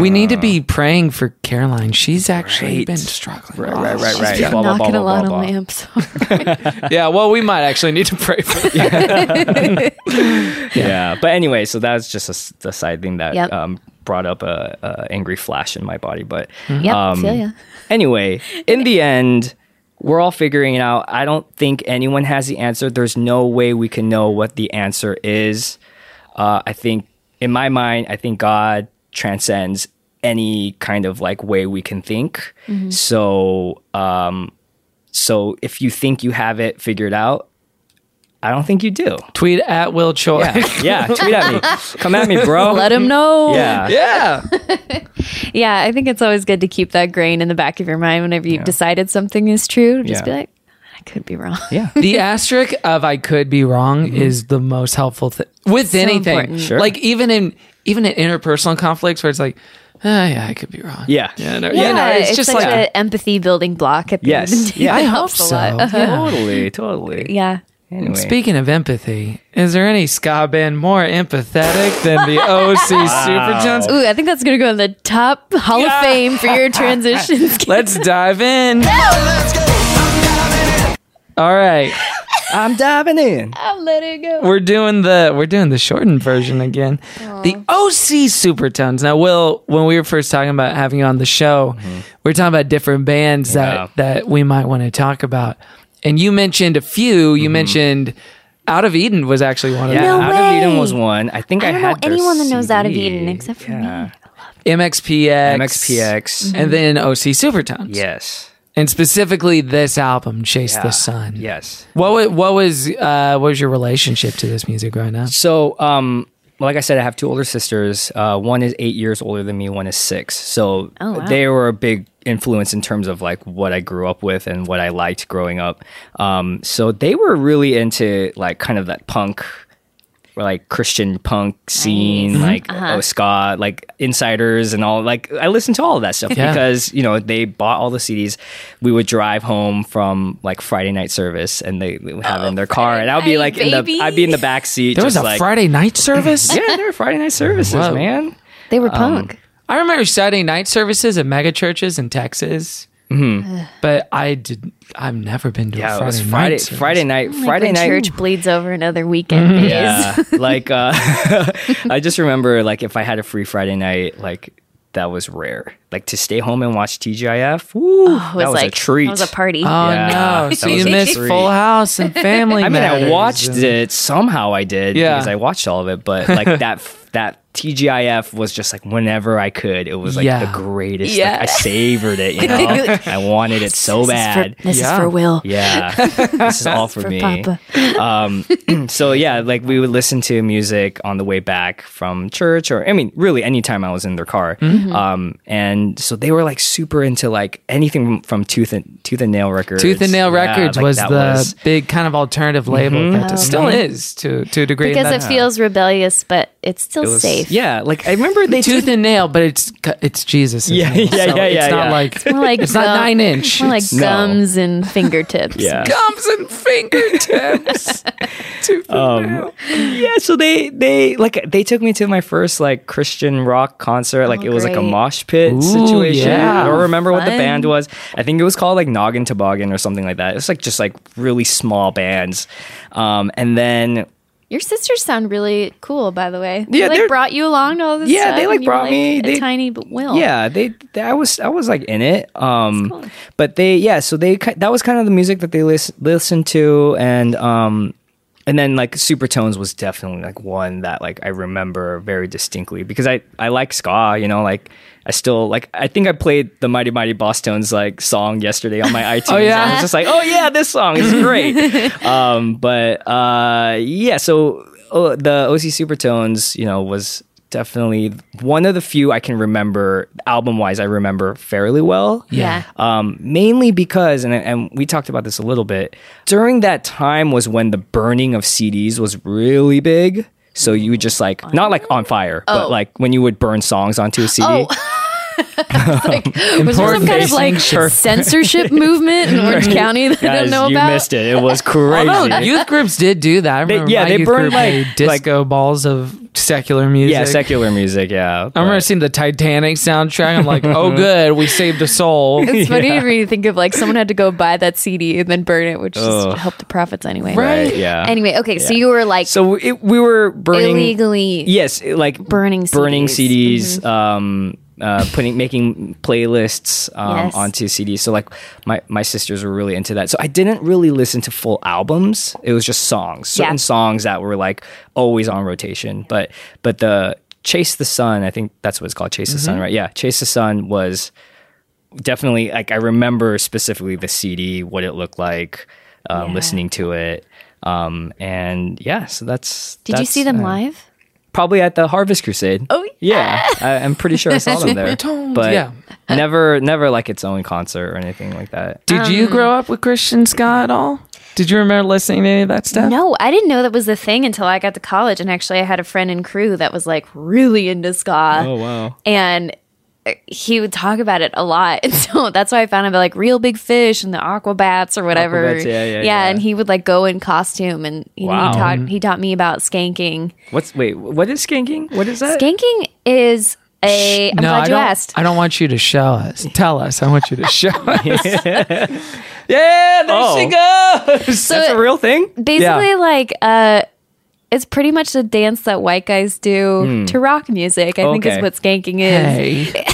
We need to be praying for Caroline. She's actually been struggling.
right, right, right, right.
I'm
Blah, blah, blah,
knocking
blah,
a lot
blah,
on
blah.
lamps.
Yeah, well we might actually need to pray for
yeah. But anyway, so that was just a s- a, side thing that
Yep.
um, brought up a, a angry flash in my body. But
Yep,
um,
feel ya.
anyway, in the end, we're all figuring it out. I don't think anyone has the answer. There's no way we can know what the answer is. Uh, I think, in my mind, I think God transcends any kind of like way we can think.
Mm-hmm.
So, um, so if you think you have it figured out, I don't think you do.
Tweet at Will Choi.
Yeah, yeah. Tweet at me. Come at me, bro.
Let him know.
yeah.
Yeah.
Yeah, I think it's always good to keep that grain in the back of your mind whenever you've decided something is true. Just
Yeah.
be like, "Ah, I could be wrong.
Yeah.
the asterisk of I could be wrong is the most helpful thing with anything.
important.
Sure.
Like even in even in interpersonal conflicts where it's like, Ah, yeah, I could be wrong.
Yeah.
yeah, no,
Yeah,
yeah, no, it's, just
such
like
an empathy building block at the end of
Yes.
the day.
Yeah.
I
It
hope
helps a
so.
lot. Uh-huh.
Yeah.
Totally. Totally.
yeah.
Anyway.
Speaking of empathy, is there any ska band more empathetic than the OC Super Jones?
Ooh, I think that's gonna go in the top Hall
Yeah.
of Fame for your transitions.
Let's dive in. All right,
I'm diving in.
I'm letting go.
we're doing the we're doing the shortened version again. The OC Supertones. Now, Will, when we were first talking about having you on the show, we were talking about different bands
Mm-hmm. Yeah.
that that we might want to talk about, and you mentioned a few. You mentioned Out of Eden was actually one of
Mm-hmm. Yeah,
them.
No
Out of Eden
way.
was one. I think I,
I don't know
had their
anyone that knows Out of
CD.
Eden except for
yeah.
me.
MXPX,
MXPX.
and then OC Supertones.
Yes.
and specifically this album, Chase the
Yeah.
Sun.
Yes.
What was, what was uh, what was your relationship to this music growing up?
Uh-huh.
So, um, like I said, I have two older sisters. Uh, one is eight years older than me. One is six. So
Oh, wow.
they were a big influence in terms of like what I grew up with and what I liked growing up. Um, so they were really into like kind of that punk, like Christian punk scene,
Mm-hmm.
like
Uh-huh.
oh, ska, like Insiders and all. Like I listened to all of that stuff
Yeah.
because you know they bought all the CDs. We would drive home from like Friday night service and they would have it in their car, and I'd be like
Oh, night,
in
baby.
the I'd be in the back seat.
There was a
just like,
Friday night service.
yeah, they're Friday night services,
Whoa.
man.
They
Um,
were punk.
I remember Saturday night services at mega churches in Texas, mm-hmm. but I did. I've never been to
Yeah,
a
it was
Friday
Friday,
night. service.
Friday night, Friday
when
night.
Oh
Mm-hmm.
church bleeds over another weekend days.
yeah, like uh, I just remember, like if I had a free Friday night, like that was rare. Like to stay home and watch TGIF, woo,
Oh, It
that was
like
a treat.
It was a party.
Oh
Yeah,
no!
that
So
was
you
a
missed
treat.
Full House and Family.
I mean, I
Matters
watched
and-
it somehow. I did
Yeah.
because I watched all of it, but like that that TGIF was just like whenever I could. It was like
Yeah.
the greatest.
Yeah.
Like, I savored it. You know, I wanted it so
This, is
bad.
for, this
Yeah.
is for Will.
Yeah, this is all for,
For
me.
Papa.
Um, so yeah, like we would listen to music on the way back from church, or I mean, really anytime I was in their car. Um, and so they were like super into like anything from Tooth and Tooth and Nail Records.
Tooth and Nail
Yeah,
Records
like,
was the
that was- Mm-hmm.
big kind of alternative label that still is to to a degree. in
Because
that-
it feels rebellious, but it's still
it was-
safe.
Yeah, like I remember they
tooth and nail, but it's it's Jesus.
Yeah,
name,
yeah,
so
yeah,
It's
yeah,
not
yeah.
like
More like
It's not
gum-
nine inch.
More like
It's-
No.
gums and fingertips.
Yeah.
gums and fingertips. tooth and nail.
Um, yeah so they they like they took me to my first like christian rock concert like
Oh,
it was like a
great.
mosh pit
Ooh,
situation
yeah.
i don't remember what the
Fun.
band was i think it was called like noggin toboggan or something like that it was like just like really small bands um and then
Your sisters sound really cool, by the way.
Yeah,
they like
they're-
brought you along to all this
Yeah,
stuff,
they,
and
like,
you were,
brought me-
a
they-
tiny but Will.
Yeah, they, they- I was I was like in it. Um but they yeah, so they ki- that was kind of the music that they lis- listened to and um and then like Supertones was definitely like one that like I remember very distinctly because I I like ska, you know, like I still like I think I played the Mighty Mighty Boss Tones like song yesterday on my iTunes.
yeah?
I was just like, "Oh yeah, this song is great." um but uh yeah, so oh, the OC Supertones, you know, was definitely one of the few I can remember album wise I remember fairly well.
Yeah.
Um, mainly because, and, and we talked about this a little bit, during that time was when the burning of CDs was really big. So you would just like, not like on fire,
Oh.
but like when you would burn songs onto a CD.
Oh. Was there some
Important
kind of like
distinction.
censorship movement in Orange County that I
Guys,
don't know
you
about? Oh,
missed it. It was crazy.
Although Oh, youth groups did do that. I remember
yeah,
my
they
youth
burned,
group
like-
made disco balls of secular music.
yeah, secular music. Yeah.
I remember
but-
seeing the Titanic soundtrack. I'm like, oh, good, we saved a soul.
It's funny to me to think of like someone had to go buy that CD and then burn it, which just helped the profits anyway.
Right, yeah.
Anyway, okay, so you were like
so it, we were burning.
illegally.
Yes, it, like
Burning Mm-hmm.
burning
CDs.
CDs, um, uh, putting making playlists um,
Yes.
onto CDs. So like my my sisters were really into that. So I didn't really listen to full albums. It was just songs, certain
Yeah.
songs that were like always on rotation. But but the Chase the Sun, I think that's what it's called, Chase the
Mm-hmm.
Sun, right? Yeah, Chase the Sun was definitely like I remember specifically the CD, what it looked like, um, listening to it. Um and yeah, so that's uh,
Did you see them
live?
live?
probably at the Harvest Crusade.
Oh,
yeah, I, I'm pretty sure I saw them there, but
yeah.
never, never like its own concert or anything like that.
Did
um,
you grow up with Christian ska at all? Did you remember listening to any of that stuff?
No, I didn't know that was the thing until I got to
Oh,
Oh,
college. And actually, I had a friend in crew that was like really into ska.
wow!
And he would talk about it a lot. And so that's why I found him about like real big fish and the aquabats or whatever.
Aquabats, yeah, yeah, yeah.
and he would like go in costume and you know,
Wow.
he taught he taught me about skanking.
What's wait? What is skanking? What is that?
Skanking is a I'm
no, I
glad you
don't,
asked.
I don't want you to show us. Tell us. I want you to show us. yeah, there
Oh.
she goes.
That's a real thing.
Basically like uh it's pretty much the dance that white guys do to rock music. I think is
Okay.
what skanking is.
Hmm. Hey.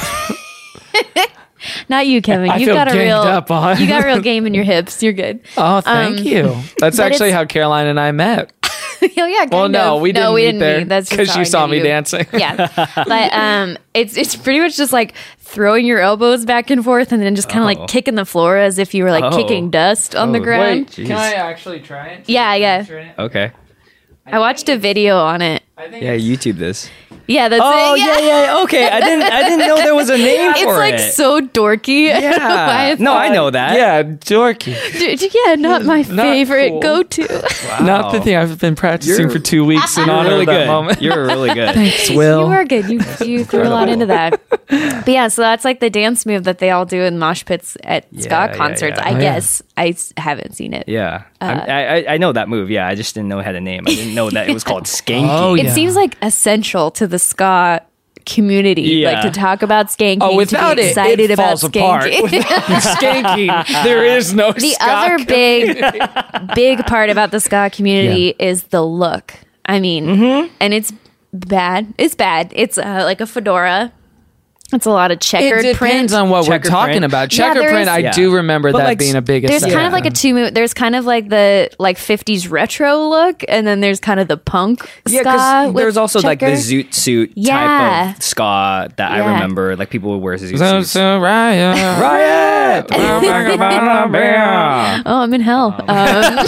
Not you, Kevin.
I
You've
feel
got a
ganged
real
up on.
you got real game in your hips. You're good.
Oh, thank you. That's
Um, but
actually
it's-
how Caroline and I met.
oh yeah.
Well,
kind
no,
of.
we didn't.
No, we
meet
didn't
there
meet. That's just how
you
I
saw
knew
me
you.
dancing.
Yeah, but um, it's it's pretty much just like throwing your elbows back and forth, and then just kind of
Oh.
like kicking the floor as if you were like
Oh.
kicking dust on the
Oh,
ground.
Wait,
Can I uh,
jeez.
actually try it?
Yeah, yeah.
Okay.
I watched a video on it.
I think
Yeah, YouTube this.
Yeah, that's
Oh
it.
yeah, yeah. yeah, Okay, I didn't. I didn't know there was a name
It's
for
like
it.
so dorky. I don't know why
yeah.
it's
No, I
like-
know that.
yeah, dorky.
D- yeah, not my
Not
favorite
cool.
go-to.
Not the thing I've been practicing
Oh. You're-
for two weeks in
You're
honor
really
of that
good.
moment.
You're really good. Thanks,
You were good. You, you threw a lot into that. But yeah, so that's like the dance move that they all do in mosh pits at
yeah,
ska
yeah.
concerts.
Oh,
I
yeah.
guess I s- haven't seen it.
Yeah, I'm- I, I I know that move. Yeah, I just didn't know it had a name. I didn't know that it was called skanking.
Oh,
It
yeah.
seems like essential to the ska community,
Yeah.
like to talk about skanking.
Oh, without
to be
it,
excited
it falls
about skanking.
apart. Without skanking, there is no
the
ska
other big, big part about the ska community is the look. I mean,
Mm-hmm.
and it's bad. It's bad. It's uh, like a fedora. It's a lot of
It
checkered
depends
print.
on what
Checker
we're talking
print.
about.
Yeah,
Checker
there
print,
is-
I
Yeah.
do remember
But
that
like,
being a big.
there's
asset.
kind of like a two mo- there's kind of like the like 50s retro look and then there's kind of the punk
Yeah,
ska
because
with
there's also like the
checker.
zoot suit
Yeah.
type of ska that I
Yeah.
remember. Like people would wear zoot
So,
suits.
so riot, riot. Welcome
oh i'm in hell um,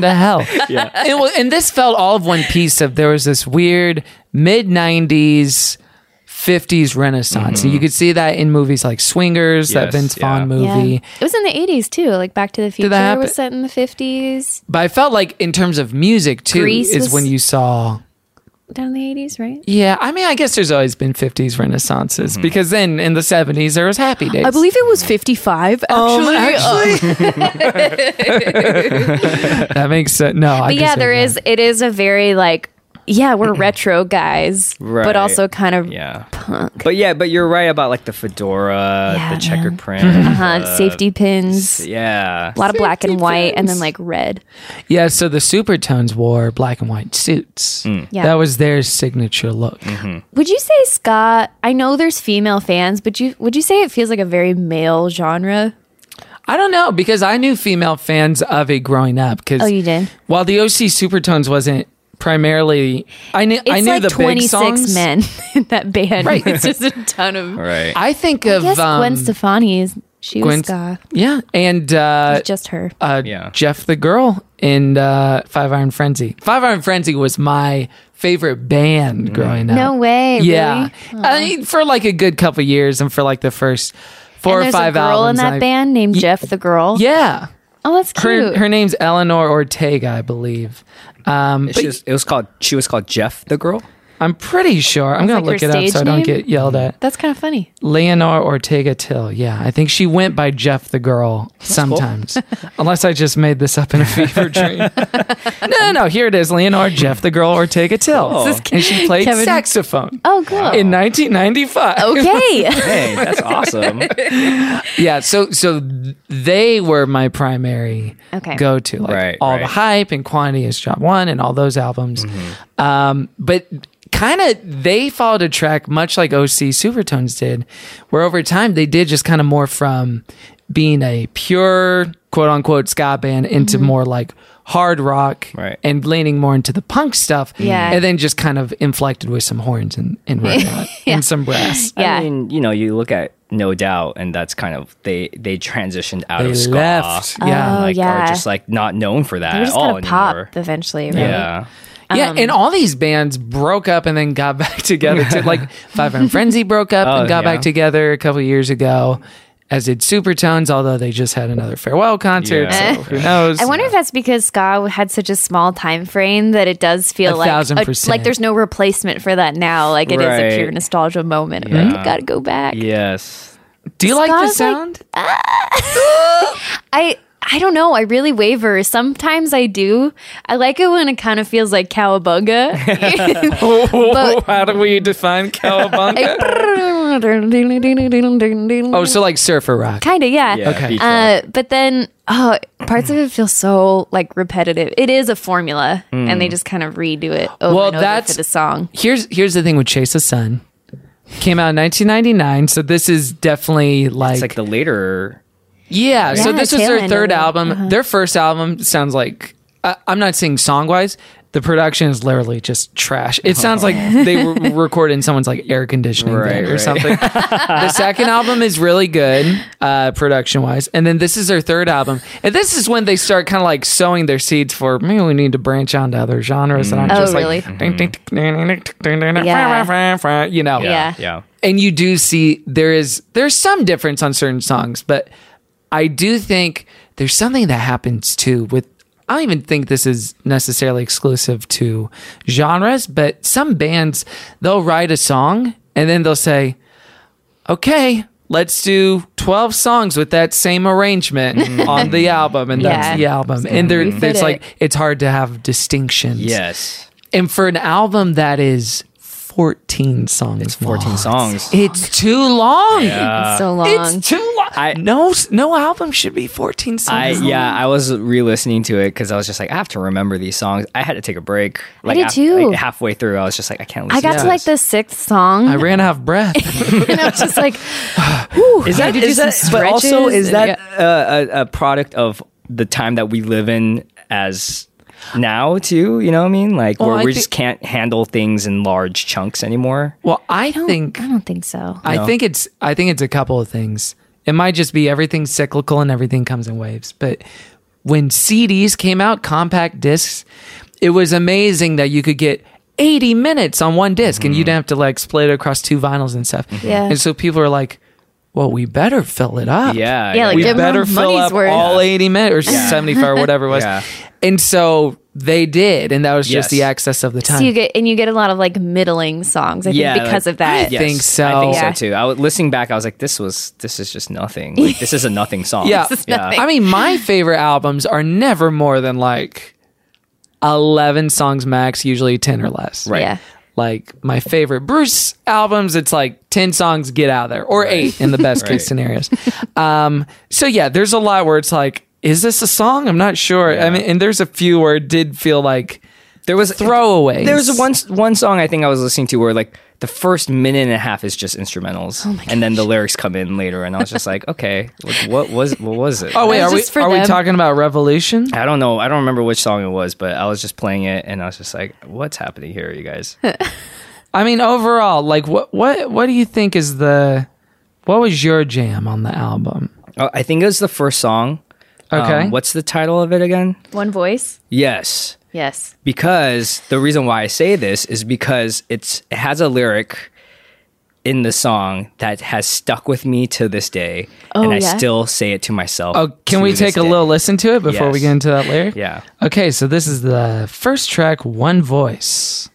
to hell. Yeah. And, well, and this felt all of one piece of there was this weird mid '90s. 50s Renaissance. And you could see that in movies like Swingers, that
Mm-hmm. Yes,
Vince Vaughn
yeah.
movie.
yeah. it was in the 80s too like back to the future
that happen?
was set in the 50s
But I felt like in terms of music too
Grease
is
was-
when you saw
down in the 80s right
Yeah, I mean I guess there's always been 50s renaissances because then in the 70s there was Happy Days.
i believe it was 55 actually,
Oh,
Oh,
that makes sense. No, I
but yeah there is it is a very like yeah we're retro guys
Right.
but also kind of
yeah,
punk
but yeah, but you're right about like the fedora,
Yeah,
the checkered
man.
print,
uh, safety pins
yeah,
a lot of black and white and then like red
Yeah, so the Supertones wore black and white suits.
Yeah.
That was their signature look.
Would you say ska? I know there's female fans, but you would you say it feels like a very male genre?
I don't know because I knew female fans of it growing up cuz
Oh, you did?
While the OC Supertones wasn't primarily I knew
It's
I knew
like
the big
26
songs.
men in that band. Right. It's just a ton of.
right.
I think
I
of
guess
um,
Gwen Stefani is she
Gwen-
was ska.
Yeah, and uh,
It's just her.
uh,
Yeah.
Jeff the Girl in uh, Five Iron Frenzy. Five Iron Frenzy was my favorite band growing up.
No way,
Yeah,
really?
I mean, for like a good couple years, and for like the first four
and there's
or five
a girl
albums.
in that
I-
band named Jeff the Girl.
Yeah,
Oh, that's
her
cute.
her name's Eleanor Ortega, I believe. Um, but
She was, it was called. She was called Jeff the girl.
I'm pretty sure. I'm gonna look
like her
it up so
stage
I don't
name?
get yelled at.
that's kind of funny.
Leonor Ortega Till. Yeah, I think she went by Jeff the Girl sometimes, unless I just made this up in a fever dream. no, no, here it is: Leonor Jeff the Girl Ortega Till,
This is
and she played
Kevin-
saxophone
Oh, cool.
in 1995.
okay.
Hey, that's awesome.
yeah, so so they were my primary
Okay.
go to, like
Right,
all
right.
the hype and quantity is job one and all those albums,
Mm-hmm.
um, but. Kind of, they followed a track much like OC Supertones did, where over time they did just kind of more from being a pure quote unquote ska band into
Mm-hmm.
more like hard rock
Right.
and leaning more into the punk stuff.
Yeah.
And then just kind of inflected with some horns and, and, whatnot and some brass.
yeah.
I mean, you know, you look at No Doubt, and that's kind of they they transitioned out
They
of ska,
left,
and,
yeah.
Oh,
like
yeah.
are just like not known for that
They're
at
just
all
gonna pop
anymore.
eventually, right?
Yeah,
Yeah,
Um,
and all these bands broke up and then got back together. Too. Like Five Iron Frenzy broke up
Oh,
and got
yeah.
back together a couple years ago, as did Supertones, although they just had another farewell concert.
Yeah.
So who knows?
I wonder if that's because ska had such a small time frame that it does
A
feel like
thousand
a-
percent.
like there's no replacement for that now. Like it is
Right.
a pure nostalgia moment. I'm Like, gotta go back.
Yes.
Do you like the
Ska's like-
sound?
I I don't know. I really waver. Sometimes I do. I like it when it kind of feels like cowabunga.
uh,
How do we define cowabunga? oh, so like surfer rock.
kind of, yeah.
Yeah,
Okay.
beach rock.
Uh, but then, oh, parts of it feel so like repetitive. It is a formula, and
Hmm.
they just kind of redo it over
Well,
and over
that's-
for the song.
Here's here's the thing with Chase the Sun. Came out in 1999, so this is definitely like,
it's like the later.
yeah, So
Yeah,
this was
tail
their
end
third
of it.
album. Their first album sounds like I I'm not saying song wise. The production is literally just trash. It sounds like they were recorded in someone's like air conditioning
Right,
van or
right.
something. the second album is really good uh, production wise, and then this is their third album. And this is when they start kind of like sowing their seeds for maybe we need to branch out to other genres that aren't
Oh,
just
really?
like
Yeah.
you know
Yeah.
Yeah.
and you do see there is there's some difference on certain songs but i do think there's something that happens too with i don't even think this is necessarily exclusive to genres but some bands they'll write a song and then they'll say okay let's do 12 songs with that same arrangement on the album and
Yeah.
that's the album and there,
refit
there's
it.
like it's hard to have distinctions
Yes.
and for an album that is 14 songs it's
14 songs.
it's too long.
Uh,
It's so long.
It's too long.
I-
no, no album should be 14 songs.
I yeah, I was re-listening to it because I was just like, I have to remember these songs. I had to take a break. Like,
did
af-
too.
like, halfway through, I was just like, I can't.
I
Listen
got to like
this.
the sixth song,
I ran out of breath.
and I was just like,
Is that,
had to do
is
some
that but also
stretches
is
and-
that uh, a, a product of the time that we live in as now too? You know what I mean? Like
Well,
where
I
we
thi-
just can't handle things in large chunks anymore.
well, I think
I don't think so.
I think it's I think it's a couple of things. It might just be everything's cyclical and everything comes in waves. But when CDs came out, compact discs, it was amazing that you could get 80 minutes on one disk and you didn't have to like split it across two vinyls and stuff.
Yeah.
And so people are like, well, we better fill it up.
Yeah,
Yeah, like
we
give 'em
better fill
money's
up
worth.
all 80 minutes or 75 or whatever it was.
Yeah.
And so they did. And that was just
Yes.
the access of the time.
So you get and you get a lot of like middling songs. I
Yeah,
think because
like-
of that.
yeah. think so.
I think
Yeah.
so too. I was listening back. I was like, this was this is just nothing. Like, this is a nothing song.
yeah.
yeah.
I mean, my favorite albums are never more than like 11 songs max, usually 10 or less.
Right.
Yeah.
Like my favorite Bruce albums, it's like 10 songs, get out of there, or eight in the best
Right.
case scenarios. Um, so, yeah, there's a lot where it's like, is this a song? I'm not sure. I mean, and there's a few where it did feel like
There was
throwaways.
There was one one song I think I was listening to where like the first minute and a half is just
Oh
instrumentals, and then the lyrics come in later, and I was just like, okay, what, what was what was it?
Oh wait,
That was
are we
just for
are we
them.
talking about Revolution?
I don't know. I don't remember which song it was, but I was just playing it, and I was just like, what's happening here, you guys?
I mean, overall, like what what what do you think is the what was your jam on the album?
oh, I think it was the first song. Um,
Okay.
what's the title of it again?
One voice.
Yes.
Yes.
because the reason why I say this is because it's it has a lyric in the song that has stuck with me to this day, and I
yeah?
still say it to myself.
Oh, can
to
we
this
take a
day.
little listen to it before we
Yes.
get into that lyric?
Yeah.
Okay, so this is the first track, One Voice.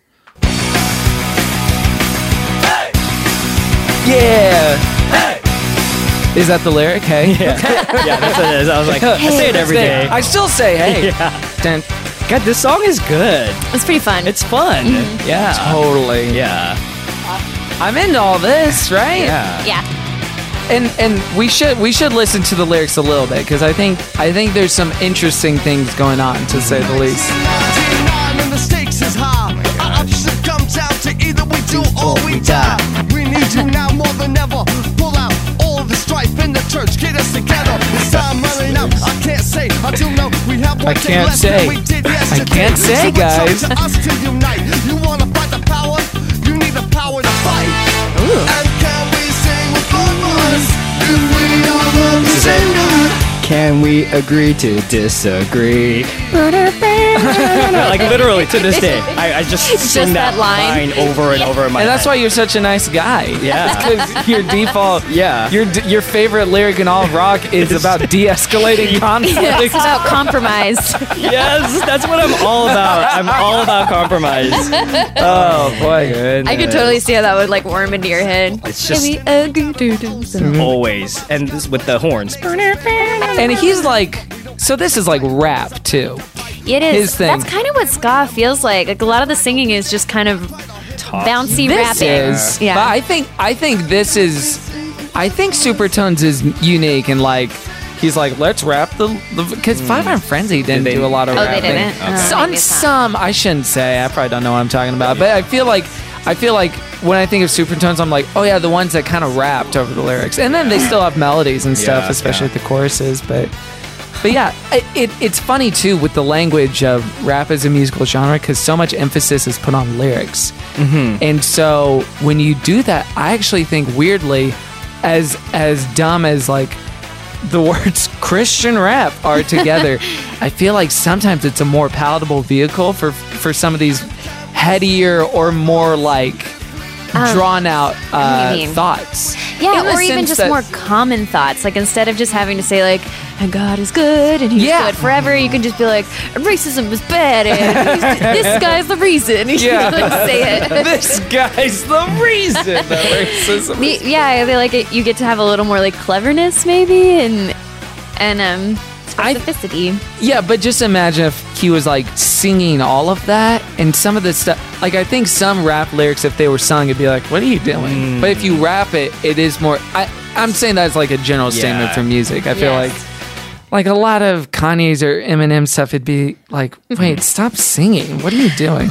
Yeah,
Is that the lyric? Hey.
yeah, that's what it is. I was like, I say it every day.
I still say hey. Dun-
God, this song is good.
It's pretty fun.
It's fun.
Mm-hmm.
Yeah,
Totally.
Oh. yeah,
I'm into all this, right?
yeah.
yeah.
And and we should we should listen to the lyrics a little bit because I think I think there's some interesting things going on to say the least.
99 and the stakes is high. Our option comes out to either we do or we die. We need you now more than ever. Pull out all the strife in the church. Get us together. It's time running out. I can't say. I do know we have one day
can't
less
say.
than we did yesterday.
can't say,
so It's
guys.
up to us to unite. You wanna fight the power? You need the power to fight. And can we sing with one voice? If we all love the same God.
Can we agree to disagree? like literally to this day, I, I just sing
just
that,
that line.
line. over and over in my
And that's why
head.
you're such a nice guy.
Yeah.
It's 'cause your default.
Yeah.
Your d- your favorite lyric in all of rock is about de-escalating conflict.
Yeah, it's about compromise.
yes, that's what I'm all about. I'm all about compromise. Oh boy,
I could totally see how that would like warm into your head.
It's just-
Maybe uh, a do-do-do.
always and this, with the horns.
And he's like, so this is like rap too.
It is.
His thing.
That's kind of what ska feels like. Like a lot of the singing is just kind of bouncy
This
rapping.
is.
yeah.
But I think I think this is. I think Supertones is unique and like. He's like, let's rap the because Five Iron Frenzy didn't
they-
do a lot of
Oh, they
rapping.
didn't? Okay.
S-
Oh,
on
maybe it's not.
some, I shouldn't say. I probably don't know what I'm talking about, but I feel like I feel like when I think of Supertones, I'm like, oh yeah, the ones that kind of rapped over the lyrics, and then they still have melodies and stuff,
Yeah,
especially
yeah.
the choruses. But but yeah, it, it, it's funny too with the language of rap as a musical genre because so much emphasis is put on lyrics. And so when you do that, I actually think weirdly, as as dumb as like the words Christian rap are together, I feel like sometimes it's a more palatable vehicle for for some of these headier or more like drawn out
Um, what you
uh,
mean.
thoughts. In
yeah,
the
or even
sense
just
that-
more common thoughts. Like instead of just having to say like, "And God is good and He's
Yeah.
good forever," you can just be like, "Racism is bad and he's- this guy's the reason." You
Yeah.
yeah. like say it.
This guy's the reason that racism
Y- Yeah, I feel like it, you get to have a little more like cleverness maybe and and um
I-
specificity.
Yeah, but just imagine if he was like singing all of that and some of the stuff. Like, I think some rap lyrics, if they were sung, it'd be like, "What are you doing?"
Mm.
But if you rap it, it is more. I, I'm saying that as like a general statement
Yeah.
for music. I feel
Yes.
like, like a lot of Kanye's or Eminem stuff, it'd be like, "Wait, stop singing! What are you doing?"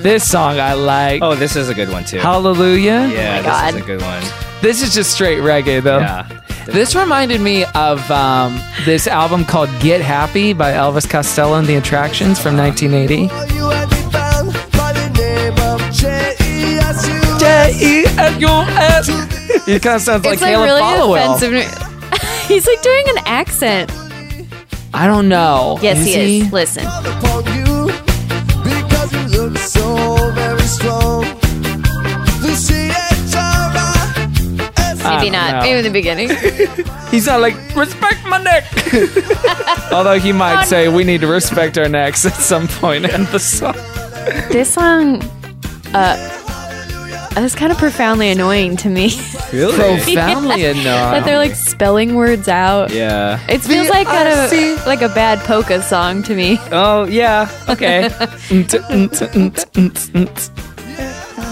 this song I like.
Oh, this is a good one too.
Hallelujah.
yeah,
Oh God.
this is a good one.
This is just straight reggae, though.
Yeah.
This reminded me of um, this album called Get Happy by Elvis Costello and the Attractions from 1980.
You had been found by the name of J.E.S.U..
It kind of sounds like,
it's like
Caleb
really
Folliwell.
offensive. He's like doing an accent.
I don't know.
Yes, he is. Listen.
upon you because you look so very strong. Lucia Jara.
Maybe
don't
not.
know.
Maybe in the beginning.
He's not like respect my neck. Although he might say we need to respect our necks at some point in the song.
this song, uh, was kind of profoundly annoying to me.
Really?
Profoundly
that they're
enough.
like spelling words out.
yeah.
It feels like kind of like a bad polka song to me.
Oh yeah. Okay.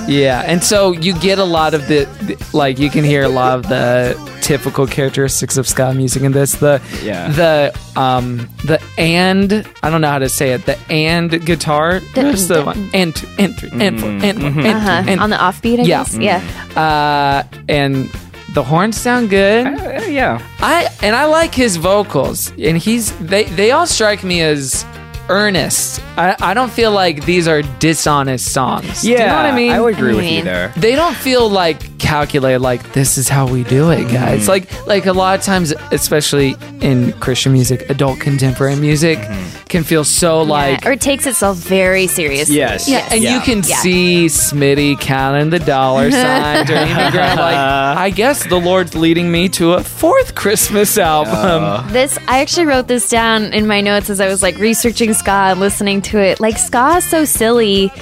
Yeah, and so you get a lot of the, the- like you can hear a lot of the typical characteristics of ska music in this. The
Yeah.
the um the and I don't know how to say it. The and guitar. There's the one and Um, two and three and four and one, and
Uh-huh.
two, and-
On the offbeat, I
Yeah.
guess. Yeah. Mm.
uh and the horns sound good.
Uh, yeah.
I and I like his vocals, and he's they they all strike me as earnest. I I don't feel like these are dishonest songs. Do you know what I mean?
I would agree
I
with you
mean-
there.
they don't feel like calculated like this is how we do it guys like like a lot of times especially in christian music adult contemporary music can feel so like
Yeah. Or it takes itself very seriously.
Yes.
yeah, and you can
Yeah.
see Smitty counting the dollar sign during the ground. Like, I guess the Lord's leading me to a fourth Christmas album.
This I actually wrote this down in my notes as I was like researching ska and listening to it. Like ska is so silly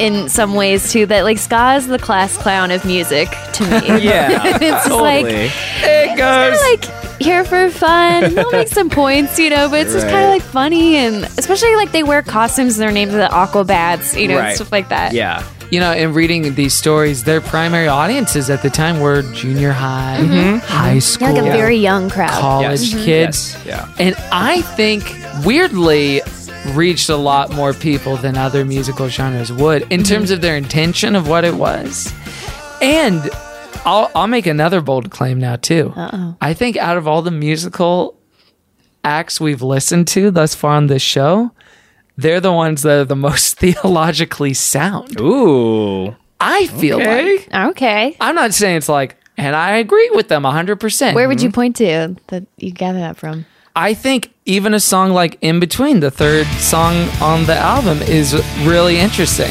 in some ways too that like ska is the class clown of music to me.
Yeah.
it's just
totally.
like
it goes.
it's kinda like here for fun. They'll make some points, you know, but it's just kind of
Right.
like funny and especially like they wear costumes and their names are the Aquabats, you know, and
Right.
stuff like that.
yeah.
you know, in reading these stories, their primary audiences at the time were junior high, high
They're
school,
Mm-hmm. like a very young crowd.
college kids.
Yes. Yeah.
And I think weirdly reached a lot more people than other musical genres would in
Mm-hmm.
terms of their intention of what it was. And I'll, I'll make another bold claim now, too. Uh-oh. I think out of all the musical acts we've listened to thus far on this show, they're the ones that are the most theologically sound.
Ooh.
I feel like.
Okay.
I'm not saying it's like, and I agree with them 100%.
Mm-hmm.
Where would you point to that you gather that from?
I think even a song like In Between, the third song on the album, is really interesting.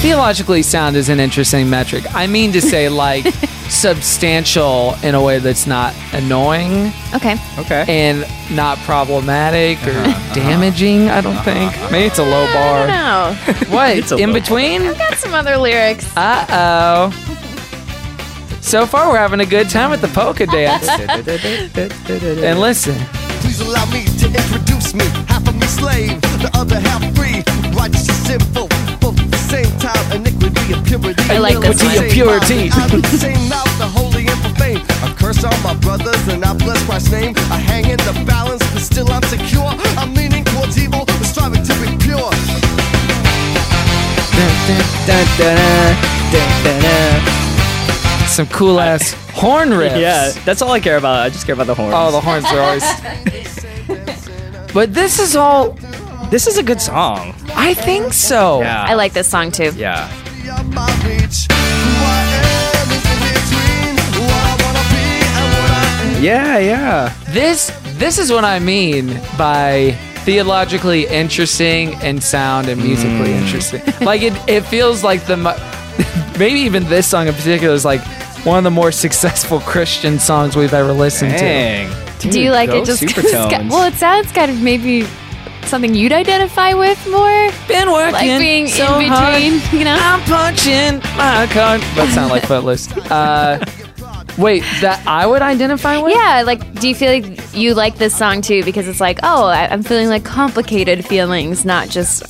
Theologically sound is an interesting metric. I mean to say, like, substantial in a way that's not annoying
Okay. Uh-huh,
Okay.
and not problematic or damaging, I don't think. Maybe it's a low bar.
No.
What?
a
In
low bar.
Between?
Got some other lyrics.
Uh oh. So far, we're having a good time at the polka dance. and listen.
Please allow me to introduce me. Half of me slave, the other half free. Righteous and sinful, both at the same time. Iniquity and purity.
I like this
Iniquity
one.
and
Purity.
Out of the same mouth, the holy and profane. I curse all my brothers and I bless Christ's name. I hang in the balance, but still I'm secure. I'm leaning towards evil, but striving to be pure.
some cool ass horn riffs.
Yeah, that's all I care about. I just care about the horns.
Oh, the horns are always. but this is all.
this is a good song.
I think so.
I like this song too.
Yeah.
Beyond my reach. Who I am is in between. Who I wanna be and what I am.
Yeah, yeah.
This this is what I mean by theologically interesting and sound and musically interesting. Like it it feels like the mo- maybe even this song in particular is like one of the more successful Christian songs we've ever listened to.
Do you like
go
it just 'cause it's got-
supertones.
well, it sounds kind of maybe something you'd identify with more,
Been working
like being
so
in
hard.
between, you know?
I'm punching my card. That sound like Footloose. Uh, wait, that I would identify with?
yeah, like, do you feel like you like this song too? Because it's like, oh, I, I'm feeling like complicated feelings, not just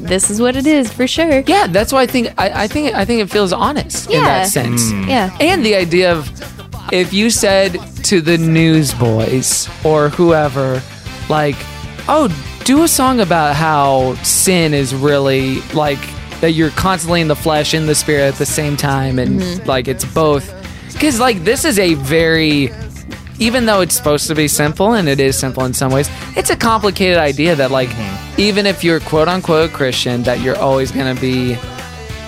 this is what it is for sure.
Yeah, that's why I think I, I think I think it feels honest in
Yeah.
that sense.
Yeah.
And the idea of if you said to the newsboys or whoever, like, oh, do a song about how sin is really like that you're constantly in the flesh and the spirit at the same time, and like it's both. Because, like, this is a very, even though it's supposed to be simple, and it is simple in some ways, it's a complicated idea that, like, even if you're quote unquote Christian, that you're always going to be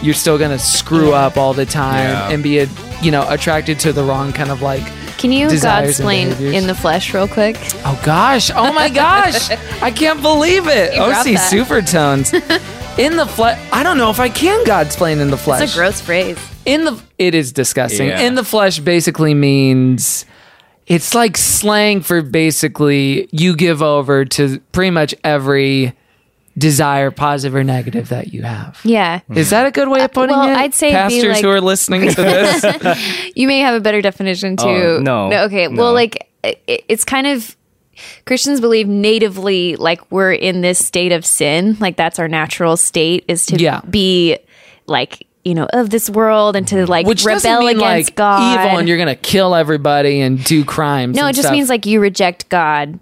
you're still gonna screw up all the time
Yeah.
and be a, you know attracted to the wrong kind of like
Can you
Desires and
Godsplain
behaviors.
in the flesh real quick?
oh gosh oh my gosh I can't believe it
You dropped
OC
that.
supertones in the flesh I don't know if I can Godsplain in the flesh
It's a gross phrase.
in the it is disgusting
Yeah.
in the flesh basically means it's like slang for basically you give over to pretty much every desire positive or negative that you have
Yeah. Uh,
is that a good way of putting
well,
it
I'd say it'd be
pastors
like-
who are listening to this
You may have a better definition too.
Oh, no.
okay.
No.
Well, like it, it's kind of Christians believe natively, like we're in this state of sin. Like that's our natural state is to
Yeah.
be like you know of this world and
Mm-hmm.
to like
which doesn't
rebel
mean
against
like
God.
evil and you're gonna kill everybody and do crimes.
no,
and
it just
stuff.
means like you reject God.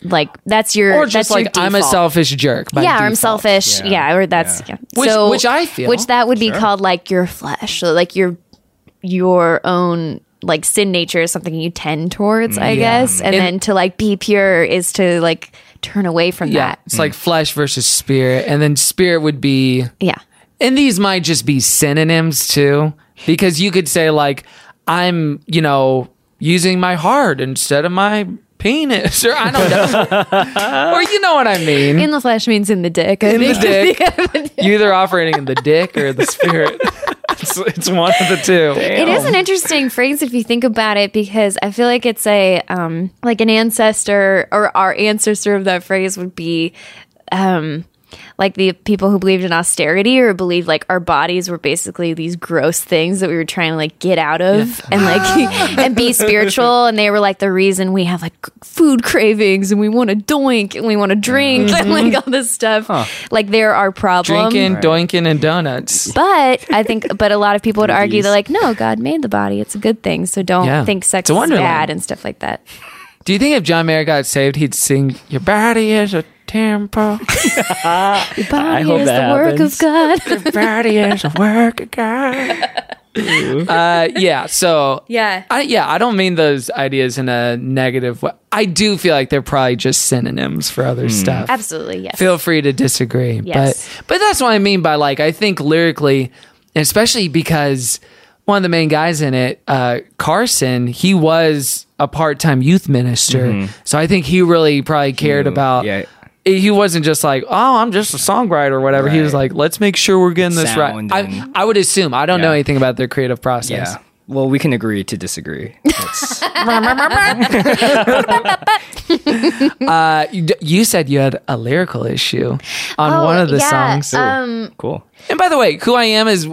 Like that's your
or just
that's your
like I'm a
default.
selfish jerk. By
yeah, or I'm
default.
selfish. Yeah,
Yeah.
or that's yeah.
Which- which I feel.
which that would be called like your flesh, so like your your own like sin nature is something you tend towards, I guess, and,
And-
then to like be pure is to like turn away from
Yeah,
that.
it's like flesh versus spirit, and then spirit would be,
Yeah,
and these might just be synonyms too, because you could say like I'm, you know, using my heart instead of my penis, or I don't know, or you know what I mean.
in the flesh means in the dick. I
In the
think.
dick, you either operating in the dick or the spirit. it's, it's one of the two.
It is an interesting phrase if you think about it because I feel like it's a um like an ancestor or our ancestor of that phrase would be um like the people who believed in austerity or believed like our bodies were basically these gross things that we were trying to like get out of and like and be spiritual and they were like the reason we have like food cravings and we want to doink and we want to drink and like all this stuff like they're our problem
Drinking, doinking, and donuts.
but I think, but a lot of people would argue that, like, no, God made the body; it's a good thing. So don't
Yeah.
think
It's
sex
a
is
wonderland.
bad and stuff like that.
Do you think if John Mayer got saved, he'd sing "Your body is a temple,
The body
hope
is the
that
work
happens.
of God.
your body is a work of God"? uh, yeah. So
yeah,
I yeah, I don't mean those ideas in a negative way. I do feel like they're probably just synonyms for other stuff.
absolutely. Yes.
Feel free to disagree,
Yes.
but but that's what I mean by like I think lyrically, especially because one of the main guys in it, uh, Carson, he was a part-time youth minister. So I think he really probably cared about
Mm-hmm. yeah.
He wasn't just like, oh, I'm just a songwriter or whatever. He was
Right.
like, let's make sure we're getting this right.
Sound
I,
and-
I would assume. I don't know
Yeah.
anything about their creative process.
Yeah. Well, we can agree to disagree. That's-
Uh, you, d- you said you had a lyrical issue on
Oh,
one of the
yeah,
songs.
Um,
cool.
and by the way, who I am is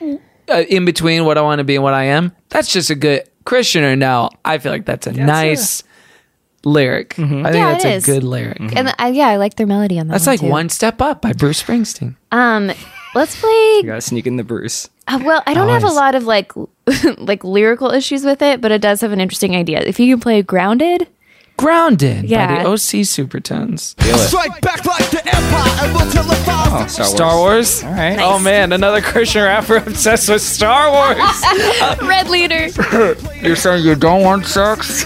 uh, in between what I want to be and what I am. That's just a good Christian or no. I feel like that's a nice lyric. I think
Yeah,
that's
it
a
is.
good lyric.
and I, yeah, I like their melody on that.
That's
one
like
too.
one step up by Bruce Springsteen.
Um, let's play.
You gotta sneak in the Bruce.
Uh, well, I don't have a
Always.
lot of like like lyrical issues with it, but it does have an interesting idea. If you can play grounded,
Grounded by
Yeah.
the OC Supertones.
Strike back like the empire, and we'll tell it
Oh,
all.
Star Wars.
Star Wars.
All right.
Oh man, another Christian rapper obsessed with Star Wars.
red leader.
You're saying you don't want sex?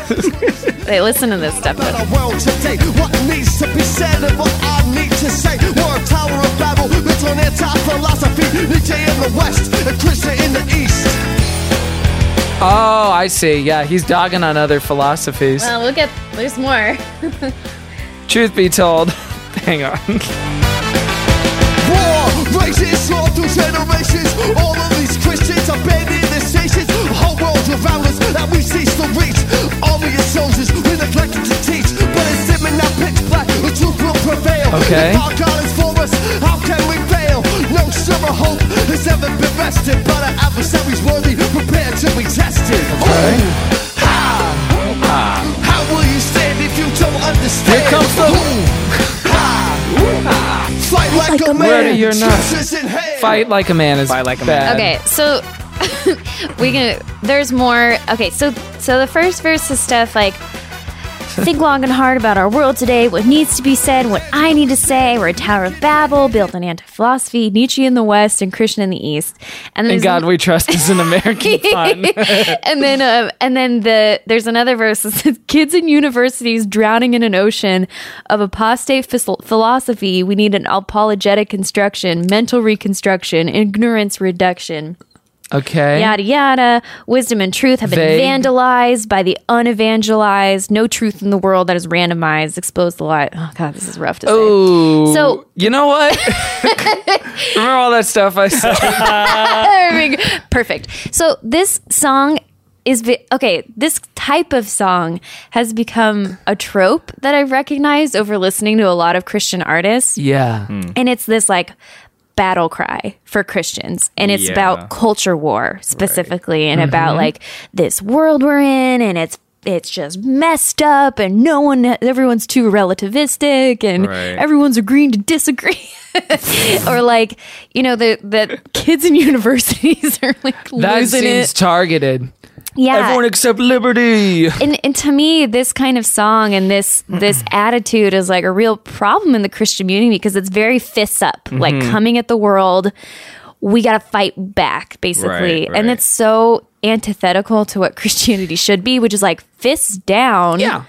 Wait, listen to this stuff.
Better world today. What needs to be said and what I need to say. War tower of Babel, built on anti-philosophy. Nietzsche in the west, and Christian in the east.
Oh, I see. Yeah, he's dogging on other philosophies.
Uh, we'll get there's more.
Truth be told, hang on.
War, races, all through generations. All of these Christians abandoned their stations. Whole worlds around us that we cease to reach. Army of soldiers, we neglected to teach. But it's dimming now pitch black, the truth will prevail.
Okay.
If our God is for us, how can we fail? No sure hope has ever been rested. But our adversary's worthy, prepared to be tested. Okay. How will you stand if you don't understand?
Here comes the-
Ooh, ha, ooh, ha. Fight like, a man.
Ready or not.
Truce is in hand.
Fight like a man is
Fight like a
bad.
Okay, so we can. There's more. Okay, so so the first verse is stuff like think long and hard about our world today, what needs to be said, what I need to say. We're a Tower of Babel built on anti-philosophy, Nietzsche in the West and Christian in the East. And
And
there's
God We Trust is an American fun.
and then um, and then the there's another verse that says kids in universities drowning in an ocean of apostate phis- philosophy we need an apologetic construction mental reconstruction ignorance reduction
Okay.
yada yada wisdom and truth have been
Vague.
vandalized by the unevangelized no truth in the world that is randomized exposed the light oh god this is rough to say
Ooh.
So-
you know what? Remember all that stuff I said?
Perfect. Perfect. So this song is vi- okay. This type of song has become a trope that I've recognized over listening to a lot of Christian artists,
yeah.
and it's this like battle cry for Christians, and it's
Yeah.
about culture war specifically, and
Mm-hmm.
about like this world we're in, and it's. It's just messed up, and no one, everyone's too relativistic, and
Right.
everyone's agreeing to disagree. or like you know the the kids in universities are like
That
losing
seems
it.
targeted.
Yeah,
Everyone except liberty.
and and to me, this kind of song and this this attitude is like a real problem in the Christian community because it's very fists up,
Mm-hmm.
like coming at the world. We got to fight back, basically,
Right,
and
right.
it's so antithetical to what Christianity should be, which is like fists down.
Yeah.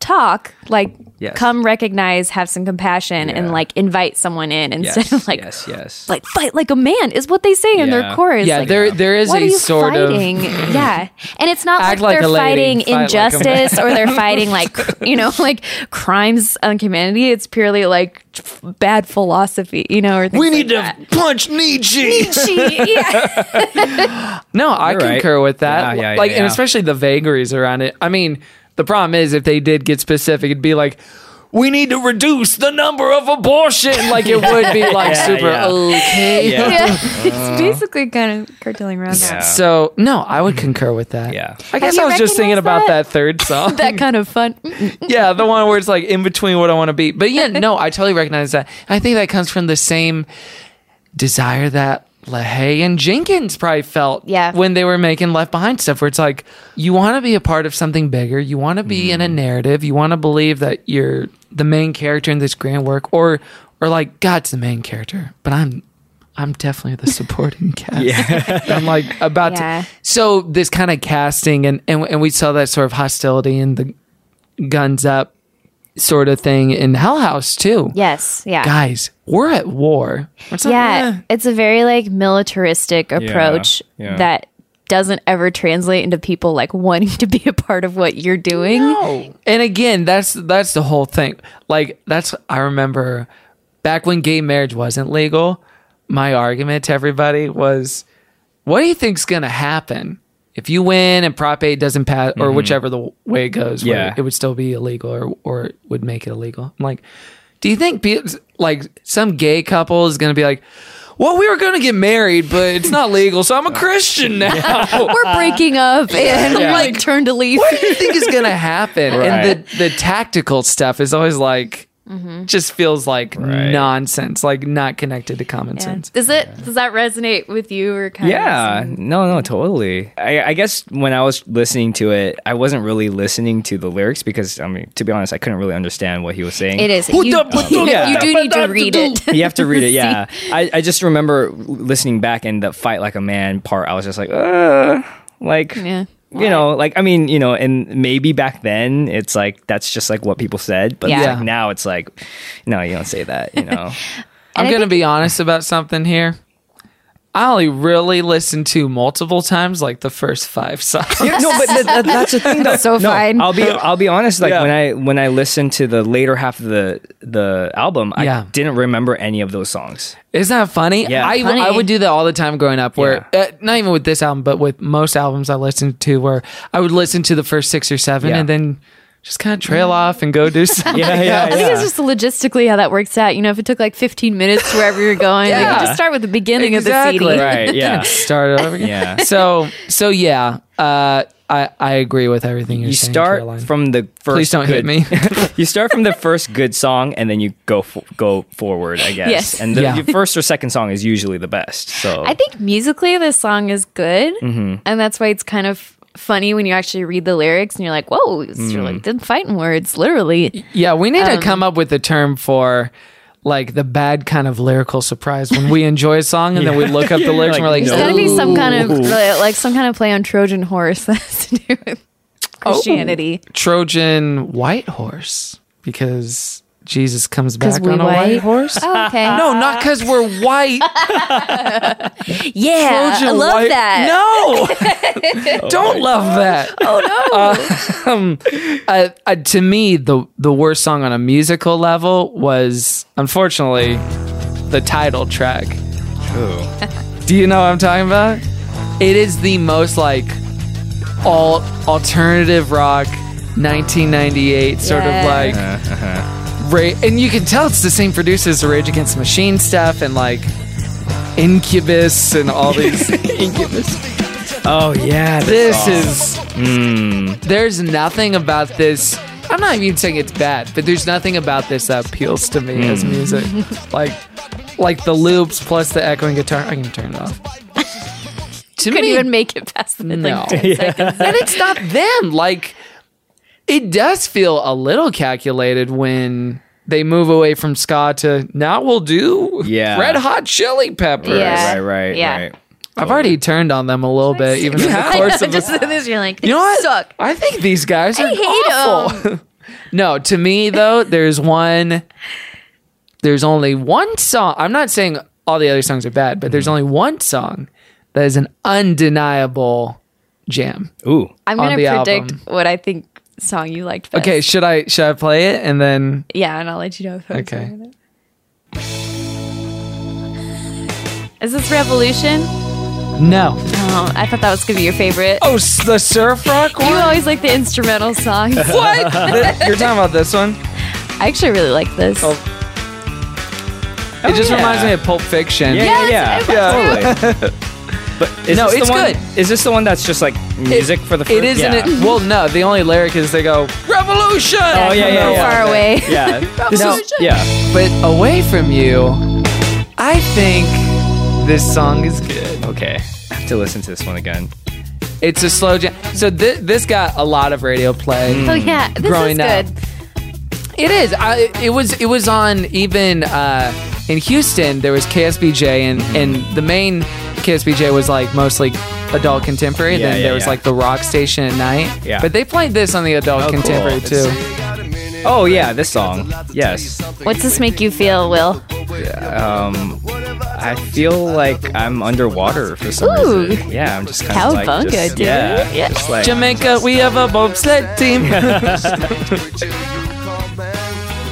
Talk like
Yes.
come recognize, have some compassion, and
Yeah.
like invite someone in instead
Yes.
of like
yes. Yes.
like fight like a man is what they say in their
Yeah.
chorus.
Yeah,
like,
uh,
there there is
what
a
are you
sort
fighting?
of
yeah, and it's not
Act
like,
like
they're
a lady,
fighting
fight like a
injustice or they're fighting like cr- you know like crimes on humanity. It's purely like f- bad philosophy, you know. Or
We need to punch Nietzsche.
She, yeah.
No, I
You're right.
concur with that.
Yeah, yeah,
like,
yeah,
and
yeah.
especially the vagaries around it. I mean, the problem is if they did get specific, it'd be like, we need to reduce the number of abortion. Like, it would be like super
yeah.
okay.
Yeah.
yeah.
Uh.
it's basically kind of curtailing around that.
Yeah.
So, no, I would concur with that.
Yeah.
I guess
you
I was just thinking
recognized
about
that?
that third song.
That kind of fun.
yeah, the one where it's like in between what I want to be. But yeah, no, I totally recognize that. I think that comes from the same desire that LaHaye and Jenkins probably felt
Yeah.
when they were making Left Behind stuff, where it's like you want to be a part of something bigger, you want to be in a narrative, you want to believe that you're the main character in this grand work, or or like God's the main character, but I'm I'm definitely the supporting cast. I'm like about
Yeah.
to. So this kind of casting and, and and we saw that sort of hostility in the guns up sort of thing in Hell House too.
Yes, yeah.
Guys, we're at war. It's not-
Oh, yeah,
eh.
it's a very like militaristic approach
yeah.
that doesn't ever translate into people like wanting to be a part of what you're doing.
And again, that's that's the whole thing. Like that's I remember back when gay marriage wasn't legal, my argument to everybody was what do you think's going to happen if you win and Prop 8 doesn't pass or whichever the way it goes, where
Yeah.
it would still be illegal or or it would make it illegal. I'm like, do you think people like some gay couple is going to be like well, we were going to get married, but it's not legal, so I'm a Christian now.
We're breaking up and
Yeah.
like turn to leave.
what do you think is going to happen? And the, the tactical stuff is always like,
Mm-hmm.
just feels like nonsense, like not connected to common sense.
Does it does that resonate with you or kind
Yeah,
of
no, no, totally. I, I guess when I was listening to it, I wasn't really listening to the lyrics because, I mean, to be honest, I couldn't really understand what he was saying.
it is. You, you,
Yeah.
you do need to read it.
You have to read it, yeah. I, I just remember listening back and the fight like a man part. I was just like, uh, like,
Yeah.
you know, like, I mean, you know, and maybe back then it's like, that's just like what people said. But
Yeah.
like, now it's like, no, you don't say that, you know.
I'm
I
going to be honest about something here. I only really listened to multiple times, like the first five songs.
Yeah, no, but that, that, that's the thing. Though.
So
no,
fine.
I'll be I'll be honest. Like
Yeah.
when I when I listened to the later half of the the album, I
Yeah.
didn't remember any of those songs.
Isn't that funny?
Yeah.
I,
Funny.
I would do that all the time growing up. Where uh, not even with this album, but with most albums I listened to, where I would listen to the first six or seven,
Yeah.
and then just kind of trail off and go do something.
Yeah,
I think it's just logistically how that works out. You know, if it took like 15 minutes wherever you're going, you
Yeah.
can just start with the beginning of the
Exactly.
CD.
Right? Yeah.
start it over again.
Yeah.
So so yeah, uh, I I agree with everything you're
You
saying.
start
Caroline.
from the first.
Please don't hit
good,
me.
you start from the first good song, and then you go f- go forward. I guess.
Yes.
And the
Yeah.
the first or second song is usually the best. So
I think musically this song is good,
Mm-hmm.
and that's why it's kind of funny when you actually read the lyrics and you're like, "Whoa, it's
Mm.
like did fighting words, literally."
yeah, we need
um,
to come up with a term for like the bad kind of lyrical surprise when we enjoy a song and then we look up the lyrics and we're like,
Like,
There's
no.
got to be some kind of
Ooh.
like some kind of play on Trojan horse that has to do with Christianity.
Trojan white horse because Jesus comes back
we
on a white,
white?
horse.
okay,
No, not because we're white.
yeah,
Trojan
I Uh, love
white-
that.
No, don't love that. Oh no. um, uh, uh, to me, the the worst song on a musical level was unfortunately the title track. Do you know what I'm talking about? It is the most like all alternative rock 1998 sort
Yeah.
of like Ra- and you can tell it's the same producers the Rage Against the Machine stuff and like Incubus and all these Incubus.
oh yeah,
This is there's nothing about this. I'm not even saying it's bad, but there's nothing about this that appeals to me as music. Like like the loops plus the echoing guitar. I can turn it off. to
Couldn't
me,
even make it past the
No.
like 10 seconds.
and it's not them. Like it does feel a little calculated when they move away from ska to now we'll do
Yeah.
Red Hot Chili Peppers.
Yeah.
right, right,
Yeah.
right.
I've already turned on them a little bit, even in the course of
Just
this.
this, you're like,
You know what?
Suck.
I think these guys are
hate
awful. no, to me though, there's one. There's only one song. I'm not saying all the other songs are bad, but there's
Mm-hmm.
only one song that is an undeniable jam.
Ooh,
I'm
on
gonna
the
predict
album.
what I think song you liked best.
Okay, should I should I play it and then
Yeah, and I'll let you know. If I was
Okay.
wrong or not. Is this Revolution?
No.
Oh, I thought that was gonna be your favorite.
Oh, s- the surf rock
You
one?
always like the instrumental songs.
What? The- You're talking about this one?
I actually really like this.
Oh, it just
Oh, yeah.
reminds me of Pulp Fiction.
yeah,
Yes,
yeah,
it
yeah, yeah. totally. But is
No,
this the
it's
one-
good.
Is this the one that's just like music for the? First?
It isn't. It,
Yeah.
well, no. The only lyric is they go revolution.
Oh yeah, yeah,
From
yeah.
Far away.
Yeah, this is, yeah.
But away from you, I think this song is good.
Okay, I have to listen to this one again.
It's a slow jam. So thi- this got a lot of radio play.
Mm.
Oh yeah, this
Growing
is
up.
good.
It is. I, it was. It was on even uh, in Houston. There was KSBJ, and
Mm-hmm.
and the main KSBJ was like mostly adult contemporary.
Yeah,
then
yeah,
there was
yeah.
like the rock station at night.
Yeah. Oh,
But they played this on the adult
cool.
contemporary
It's-
too.
Oh yeah, this song. Yes.
What's this make you feel, Will?
I feel like I'm underwater for some
Ooh.
reason. Yeah, I'm just kind of like
Cowabunga,
just,
dude.
Yeah, just like
Jamaica, we have a bobsled team.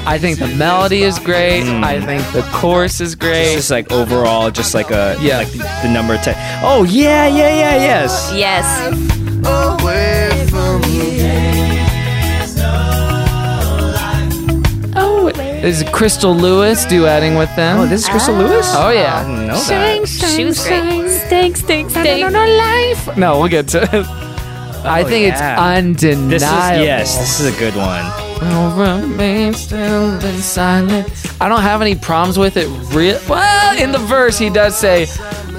I think the melody is great.
Mm.
I think the chorus is
It's
great.
just like overall, just like a
Yeah.
like the, the number ten. Oh yeah, yeah, yeah, yes.
Yes.
Away from
There's Crystal Lewis duetting with them.
Oh, this is Crystal Lewis.
Oh, yeah.
I didn't know that.
She was great. Stink, stink, stink.
No, we'll get to it. I think it's
Oh, yeah.
undeniable.
This is yes, this is a good one.
We'll remain still in silence. I don't have any problems with it. Real well, in the verse he does say,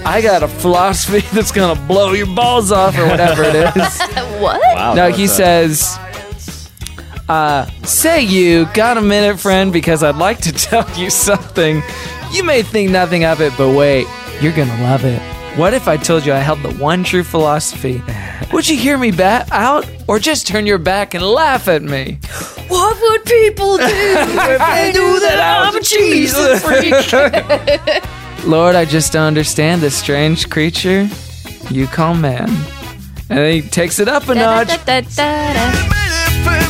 "I got a philosophy that's gonna blow your balls off" or whatever it is.
What?
Wow.
no,
Oh, that
he
was a-
says, uh, "Say you got a minute, friend, because I'd like to tell you something. You may think nothing of it, but wait, you're gonna love it." What if I told you I held the one true philosophy? Would you hear me bat out or just turn your back and laugh at me?
What would people do?
I knew that I'm a Jesus Lord, I just don't understand this strange creature you call man. And then he takes it up a
Da,
notch.
da, da, da, da.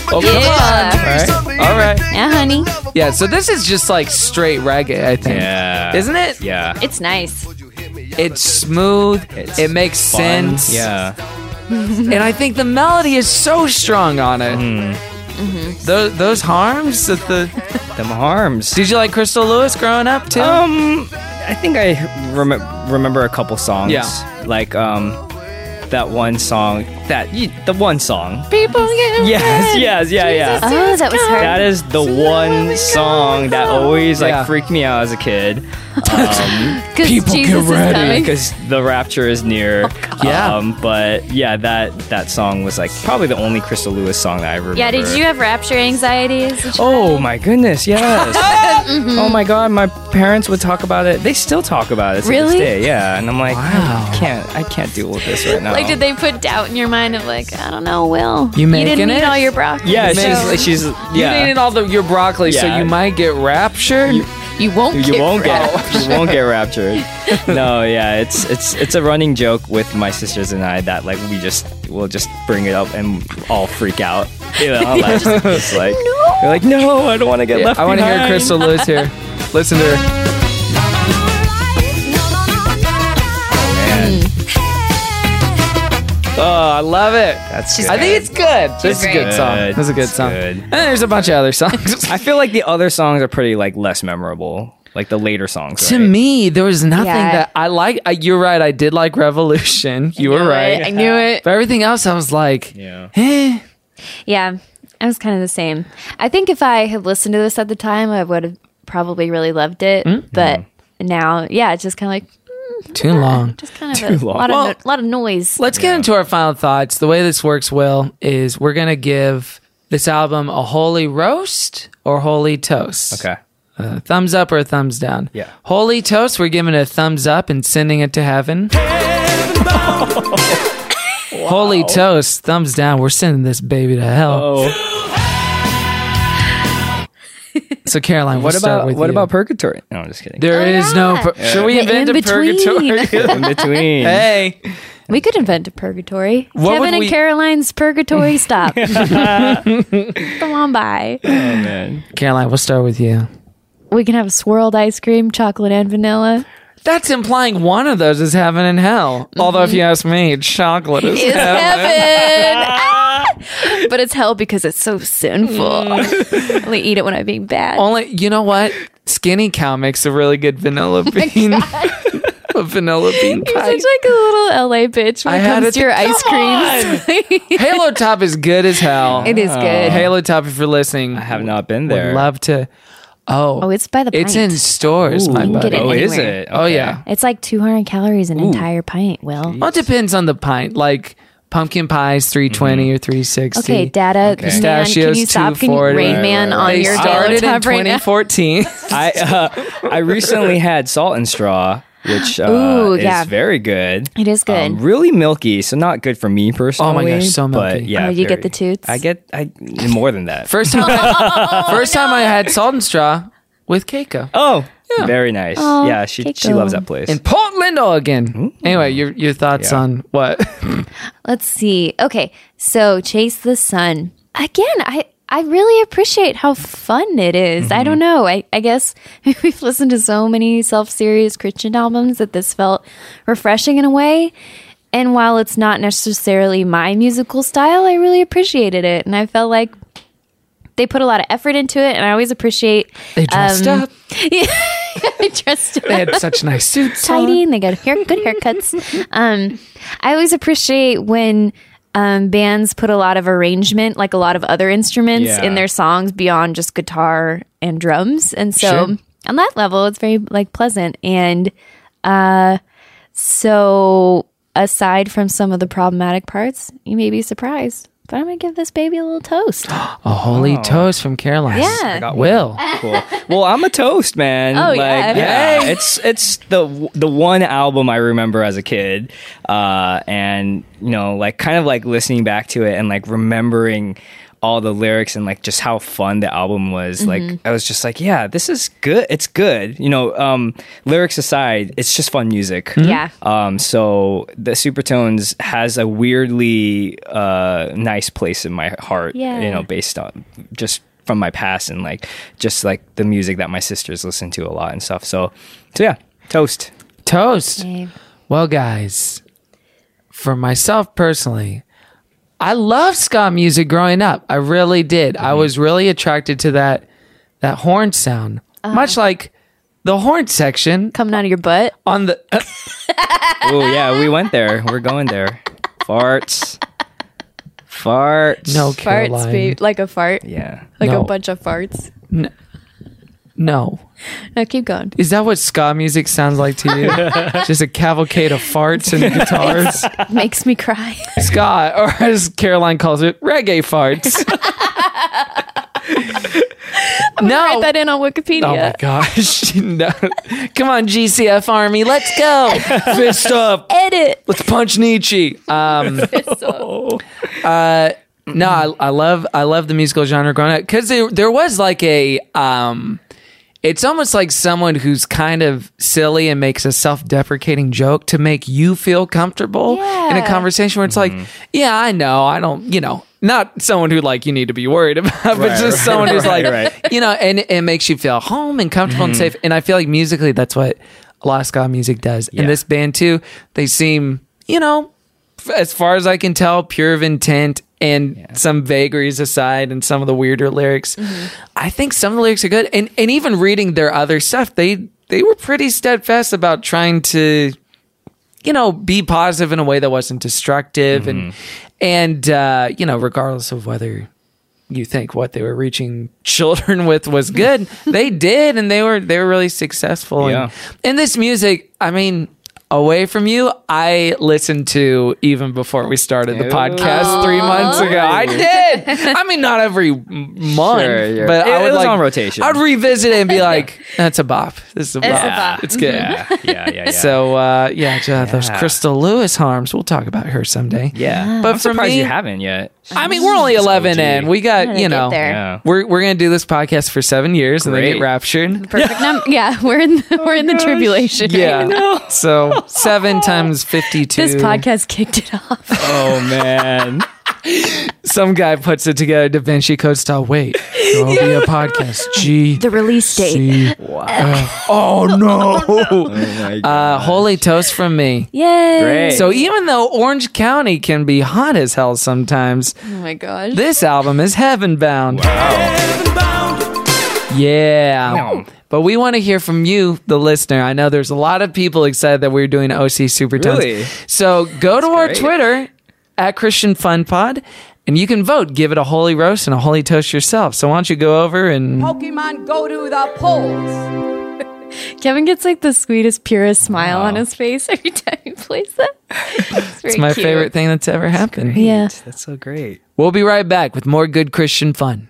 Oh, come
Yeah.
on. All right. All right.
Yeah, honey.
Yeah, so this is just like straight reggae, I think.
Yeah.
Isn't it?
Yeah.
It's nice.
It's smooth. it makes
Fun.
sense.
Yeah.
And I think the melody is so strong on it.
Mm.
Mm-hmm.
Those, those harms that the.
Them harms.
Did you like Crystal Lewis growing up too?
Um, I think I rem- remember a couple songs.
Yeah.
Like um, that one song. That y- the one song.
People get
Yes, yes, yeah, yeah.
Oh, that was her.
That is the one song that always like
Yeah.
freaked me out as a kid.
Because
People get
Jesus
ready.
is coming.
because the rapture is near.
Oh,
Yeah.
Um, but yeah, that that song was like probably the only Crystal Lewis song that I remember.
Yeah, did you have rapture anxieties? Did you-
Oh my goodness, yes. Oh my god, my parents would talk about it. They still talk about it to
Really?
this day, yeah. And I'm like,
Wow.
I can't I can't deal with this right now.
Like, did they put doubt in your mind of like, I don't know, Will?
You
You
making
didn't eat
it?
all your broccoli.
yeah,
so
she's she's
You
yeah.
didn't eat all the, your broccoli, so
Yeah.
you might get raptured.
you won't.
you
get
won't
raptured.
get you won't get raptured. No, yeah, it's it's it's a running joke with my sisters and I that like we just we'll just bring it up and all freak out. You know, like, it's like no. are like no, I don't want to get left.
I want to hear
behind."
Crystal Lewis here. Listen to her.
Man,
Oh, I love it.
that's
She's
good.
I think it's good. This is a good
great.
song. This is a good
It's
song.
good.
And there's a bunch of other songs.
I feel like the other songs are pretty like less memorable, like the later songs.
to
right?
me, there was nothing
Yeah.
that I like. I, you're right. I did like Revolution. You were right.
I knew it.
But everything else, I was like,
yeah,
eh.
Yeah, I was kind of the same. I think if I had listened to this at the time, I would have probably really loved it. But now, yeah, it's just kind of like uh,
Too long.
just kind of a
long.
lot of
Well-
no- lot of noise.
Let's get into our final thoughts. The way this works, Will, is we're going to give this album a holy roast or holy toast.
okay.
A thumbs up or a thumbs down?
Yeah.
Holy toast, we're giving it a thumbs up and sending it to heaven. Holy toast, thumbs down, we're sending this baby to hell.
Oh,
So Caroline,
what
we'll start
about
with
what
you.
about Purgatory? No, I'm just kidding.
There
Oh,
is
yeah.
no. Pur- Should we
The
invent a
in-between.
purgatory?
in between.
hey,
We could invent a purgatory.
What would
Kevin and
we-
Caroline's purgatory stop. Come on by.
Caroline, we'll start with you.
We can have swirled ice cream, chocolate and vanilla.
That's implying one of those is heaven and hell.
Mm-hmm.
Although, if you ask me, chocolate is
It's
heaven.
heaven. Ah! but it's hell because it's so sinful. I
Mm.
only eat it when I'm being bad.
Only you know what? Skinny cow makes a really good vanilla bean. a vanilla bean
You're
pie.
such like a little LA bitch when
I
it
had
comes
it
to your
th-
ice creams.
Halo Top is good as hell.
it is good.
Halo Top, if you're listening,
Oh. I have not been
would
there.
love to. Oh,
Oh, it's by the pint.
it's in stores, my
Ooh.
get
buddy.
it
oh, is
anywhere.
it?
Oh,
Okay.
yeah.
It's like 200 calories an entire pint, Will.
Well, it depends on the pint. Like pumpkin pies, three
Mm-hmm.
or three sixty.
Okay, data. Man, can
Pistachios,
you stop? Can you
240.
Rain
Right,
Man
right,
on
They
your Halo
started in
Top right now?
2014.
I uh, I recently had Salt and Straw, which uh,
Ooh, yeah.
is very good.
It is good.
Um, really milky, so not good for me personally.
gosh, so
But
milky.
yeah,
Oh, you get
very-
the toots?
I get I more than that.
Oh,
First time, I, first time I had salt and straw with Keiko
Oh, very nice. yeah, she she
Keiko.
loves that place.
in Portland, Oregon. Anyway, your your thoughts
Yeah.
on what?
Let's see. Okay, so Chase the Sun. Again, I I really appreciate how fun it is. I don't know. I, I guess we've listened to so many self-serious Christian albums that this felt refreshing in a way. And while it's not necessarily my musical style, I really appreciated it. And I felt like they put a lot of effort into it. And I always appreciate
They dressed
Um,
up.
dressed
They had such nice suits.
tidy
on.
and they got hair, good haircuts. Um, I always appreciate when um, bands put a lot of arrangement, like a lot of other instruments
Yeah.
in their songs beyond just guitar and drums. And so
Sure.
on that level, it's very like pleasant. And uh, so aside from some of the problematic parts, you may be surprised. But I'm gonna give this baby a little toast.
A holy toast from Caroline.
Yeah. I got
Will.
cool. Well, I'm a toast man.
Oh,
like,
yeah.
It's it's the the one album I remember as a kid, uh, and you know, like kind of like listening back to it and like remembering all the lyrics and like just how fun the album was. Like
Mm-hmm.
I was just like, yeah, this is good. It's good. You know, um, lyrics aside, it's just fun music.
Mm-hmm. Yeah.
Um, so the Supertones has a weirdly uh, nice place in my heart.
Yeah.
You know, based on just from my past and like just like the music that my sisters listen to a lot and stuff. So, so yeah, toast.
Toast.
Okay.
Well, guys, for myself personally, I loved ska music growing up. I really did. I was really attracted to that that horn sound, much like the horn section
Coming out of your butt.
on the.
Oh yeah, we went there. We're going there. Farts. Farts.
no,
Farts,
Caroline.
babe. Like a fart.
Yeah.
Like
No.
a bunch of farts.
No,
Now keep going.
is that what ska music sounds like to you? Just a cavalcade of farts and guitars.
Makes me cry.
ska, or as Caroline calls it, reggae farts.
Write
no.
that in on
Oh
Wikipedia.
my gosh. No. Come on, GCF Army. Let's go. Fist up.
Edit.
Let's punch Nietzsche. Um, uh, no, I, I love I love the musical genre growing up because there, there was like a um, it's almost like someone who's kind of silly and makes a self-deprecating joke to make you feel comfortable in a
Yeah.
conversation where it's
Mm-hmm.
like, yeah, I know, I don't, you know, not someone who like you need to be worried about, but just
right,
someone who's
right,
like,
right.
you know, and it makes you feel home and comfortable and safe. And I feel like musically, that's what a lot of ska music does.
Yeah.
And this band too, they seem, you know, f- as far as I can tell, pure of intent and some vagaries aside and some of the weirder lyrics. I think some of the lyrics are good. And and even reading their other stuff, they they were pretty steadfast about trying to you know, be positive in a way that wasn't destructive
Mm-hmm.
and and uh, you know, regardless of whether you think what they were reaching children with was good. they did, and they were they were really successful.
Yeah.
And, and this music, I mean, away from you, I listened to even before we started the
Ooh.
podcast three months ago. I did. I mean, not every m- month,
Sure, yeah.
but
It-
I
it
would
was
like,
on rotation.
I'd revisit it and be like, "That's a bop. This is a bop.
a bop.
It's good."
Yeah. Yeah. Yeah. yeah.
So uh, yeah, j- those
Yeah.
Crystal Lewis harms. We'll talk about her someday.
yeah.
But
I'm
for
surprised
me,
you haven't yet.
I mean, we're only eleven
OG.
in. We got
Gotta
you
get
know,
there.
Yeah.
we're we're gonna do this podcast for seven years and then get
Great.
raptured.
Perfect num- Yeah, we're in the, we're in the tribulation.
Oh, Yeah. So seven times fifty-two.
This podcast kicked it off.
Oh man.
Some guy puts it together, Da Vinci Code style. Wait, there will be a podcast. G.
The release date.
C- F. oh no! Uh, holy toast from me.
Yay.
Great.
So even though Orange County can be hot as hell sometimes,
Oh my gosh.
This album is Heaven Bound. Yeah.
Wow.
But we want to hear from you, the listener. I know there's a lot of people excited that we're doing OC Supertones.
Really?
So go to our
great.
Twitter at Christian Fun Pod and you can vote. Give it a holy roast and a holy toast yourself. So why don't you go over and
Pokemon go to the polls.
Kevin gets like the sweetest, purest smile on his face every time he plays that. It's, very
it's my
cute.
favorite thing that's ever happened.
Yeah.
That's so great.
We'll be right back with more good Christian fun.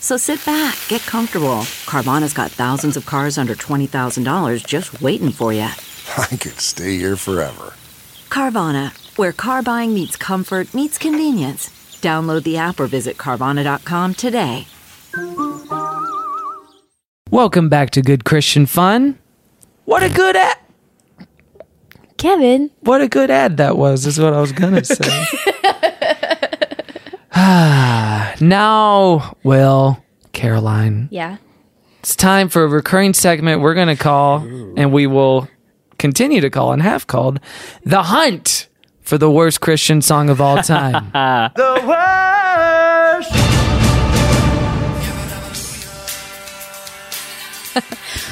So sit back, get comfortable. Carvana's got thousands of cars under $20,000 just waiting for you.
I could stay here forever.
Carvana, where car buying meets comfort, meets convenience. Download the app or visit Carvana.com today.
Welcome back to Good Christian Fun. What a good ad!
Kevin,
What a good ad that was. Is what I was gonna say. Ah, now, Will, Caroline,
yeah,
it's time for a recurring segment we're gonna call, and we will continue to call and have called the hunt for the worst Christian song of all time.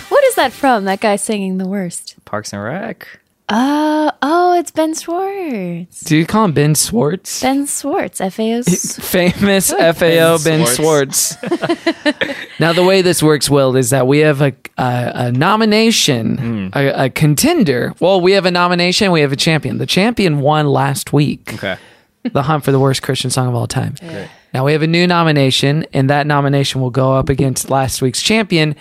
what is that from? That guy singing the worst.
Parks and Rec.
Uh, oh, it's Ben Schwartz.
Do you call him Ben Swartz?
Ben Schwartz, FAO's.
famous FAO Ben Swartz. now, the way this works, Will, is that we have a a, a nomination, a, a contender. Well, we have a nomination, we have a champion. The champion won last week.
Okay.
The hunt for the worst Christian song of all time. Now we have a new nomination, and that nomination will go up against last week's champion.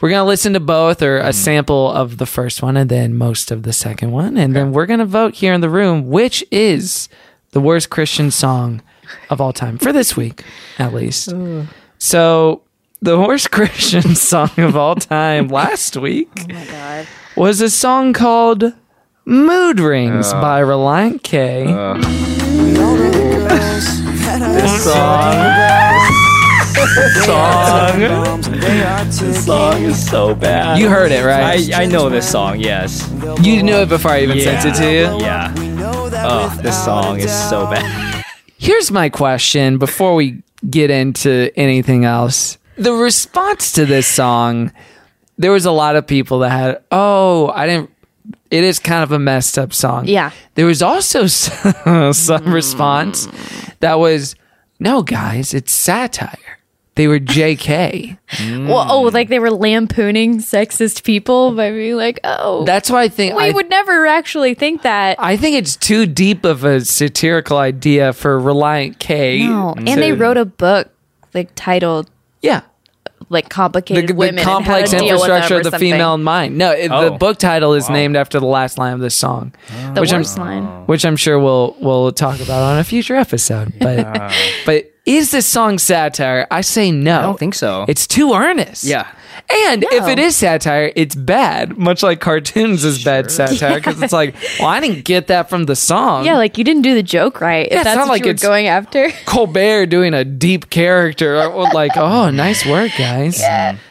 We're gonna listen to both or a sample of the first one and then most of the second one, and then we're gonna vote here in the room which is the worst Christian song of all time for this week, at least. So the worst Christian song of all time last week was a song called "Mood Rings" by Reliant K.
This song. This song. This song is so bad.
You heard it, right?
I, I know this song, yes.
you knew it before I even sent it to you.
Yeah. Oh, this song is so bad.
Here's my question before we get into anything else. The response to this song, there was a lot of people that had, oh, I didn't. It is kind of a messed up song.
Yeah. Hmm.
There was also s- some response that was, no, guys, it's satire. They were JK.
Well, oh,
Mm.
like they were lampooning sexist people by being like, oh,
That's why I think
we
I,
would never actually think that.
I think it's too deep of a satirical idea for Reliant K.
no. And they wrote a book like titled
Yeah.
like
the,
complicated
the
women
complex
and how to
infrastructure of
deal with them or
the
something.
female mind. No, it, the
Oh.
book title is named after the last line of this song,
The
which I'm- Oh.
worst
Oh.
line.
which I'm sure we'll we'll talk about on a future episode. But
Uh.
but is this song satire? I say no. I
don't think so.
It's too earnest.
Yeah.
And if it is satire, it's bad. Much like cartoons is bad satire because it's like, well, I didn't get that from the song.
Yeah, like you didn't do the joke right. If
Yeah, it's
that's
not
what
like
you were
it's-
going after.
Colbert doing a deep character, like, oh, nice work, guys.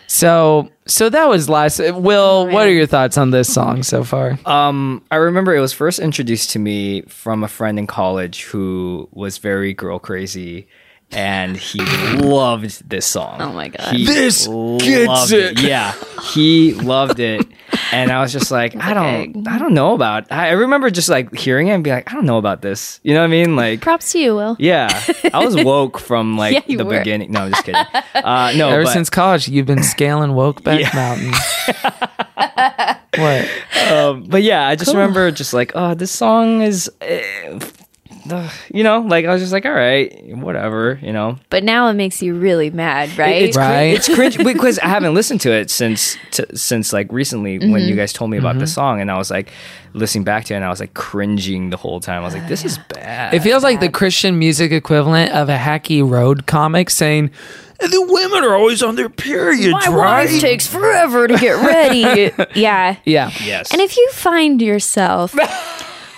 So, So that was last. Will, what are your thoughts on this song so far?
Um, I remember it was first introduced to me from a friend in college who was very girl crazy, and he loved this song.
Oh my god,
He
This
loved
gets it.
Yeah, he loved it, and I was just like, I don't, I don't know about. I I remember just like hearing it and be like, I don't know about this. You know what I mean? Like,
Props to you, Will.
yeah, I was woke from like
Yeah, you
the
were.
beginning. No, I'm just kidding. Uh, no,
Ever
but-
since college, you've been scaling woke back mountain. what?
um, but yeah, I just
Cool.
remember just like, oh, this song is, eh, ugh," you know, like I was just like, all right, whatever, you know.
But now it makes you really mad,
It-
right?
it's cringe- it's cringe because I haven't listened to it since t- since like recently when
Mm-hmm.
you guys told me about this song, and I was like listening back to it, and I was like cringing the whole time. I was like, this is bad.
It feels like the Christian music equivalent of a hacky road comic saying, "The women are always on their periods,
My
right?"
wife takes forever to get ready. yeah.
yeah.
yes,
And if you find yourself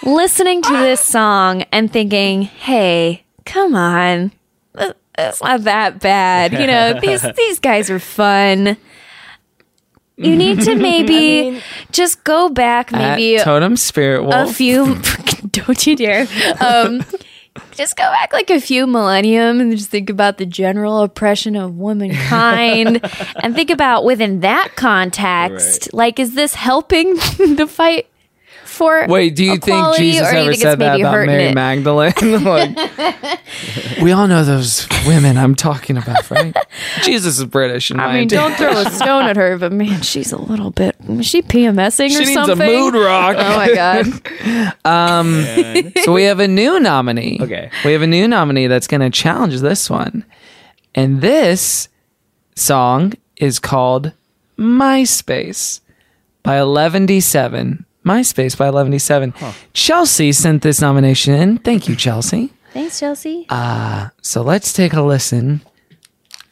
listening to this song and thinking, "Hey, come on, Uh, it's not that bad," you know, these these guys are fun. You need to maybe just go back, maybe
At Totem Spirit
a
Wolf.
few. don't you dare. Um, just go back like a few millennium and just think about the general oppression of womankind and think about within that context like is this helping the fight for
Wait, do you think
equality,
Jesus
or do
ever
you think it's
said that
maybe
about
hurting
Mary
it?
Magdalene? like, we all know those women I'm talking about, right? Jesus is British. In
I
my
mean, don't
opinion.
throw a stone at her, but man, she's a little bit. Is she PMSing
She
or
needs
something?
a mood rock.
Oh my god!
so we have a new nominee.
Okay.
We have a new nominee that's going to challenge this one. And this song is called MySpace by 11D7. MySpace by 11D7. Chelsea sent this nomination in. Thank you, Chelsea.
Thanks, Chelsea.
Um, So let's take a listen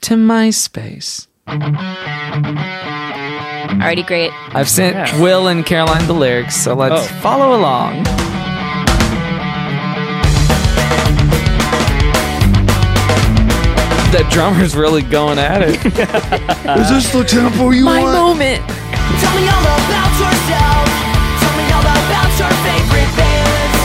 to MySpace.
Already great.
I've sent Will and Caroline the lyrics, so let's follow along. That drummer's really going at it.
Is this the tempo you
My
want?
moment.
Tell me all about yourself. Tell me all about your favorite bands.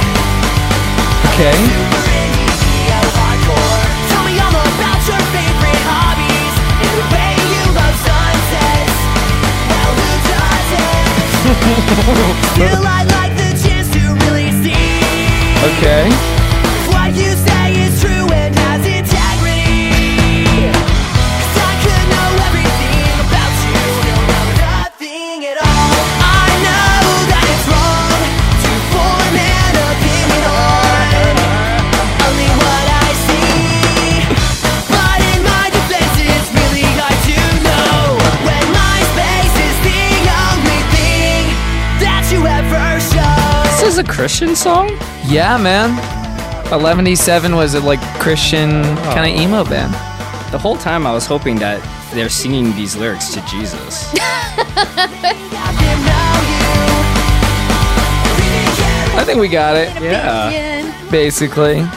Okay.
Super indie, neo hardcore. Tell me all about your favorite hobbies and the way you love sunsets. Well, who doesn't? Still, I'd like the chance to really see
Okay.
what you say is true and has integrity. 'Cause I could know everything about you, still know nothing at all. I know that it's wrong to form an opinion on only what I see. But in my defense, it's really hard to know when my space is the only thing that you ever show.
this is a Christian song.
Yeah, man. 1187 was a like Christian kind of emo band.
The whole time I was hoping that they're singing these lyrics to Jesus.
I think we got it,
Yeah,
basically.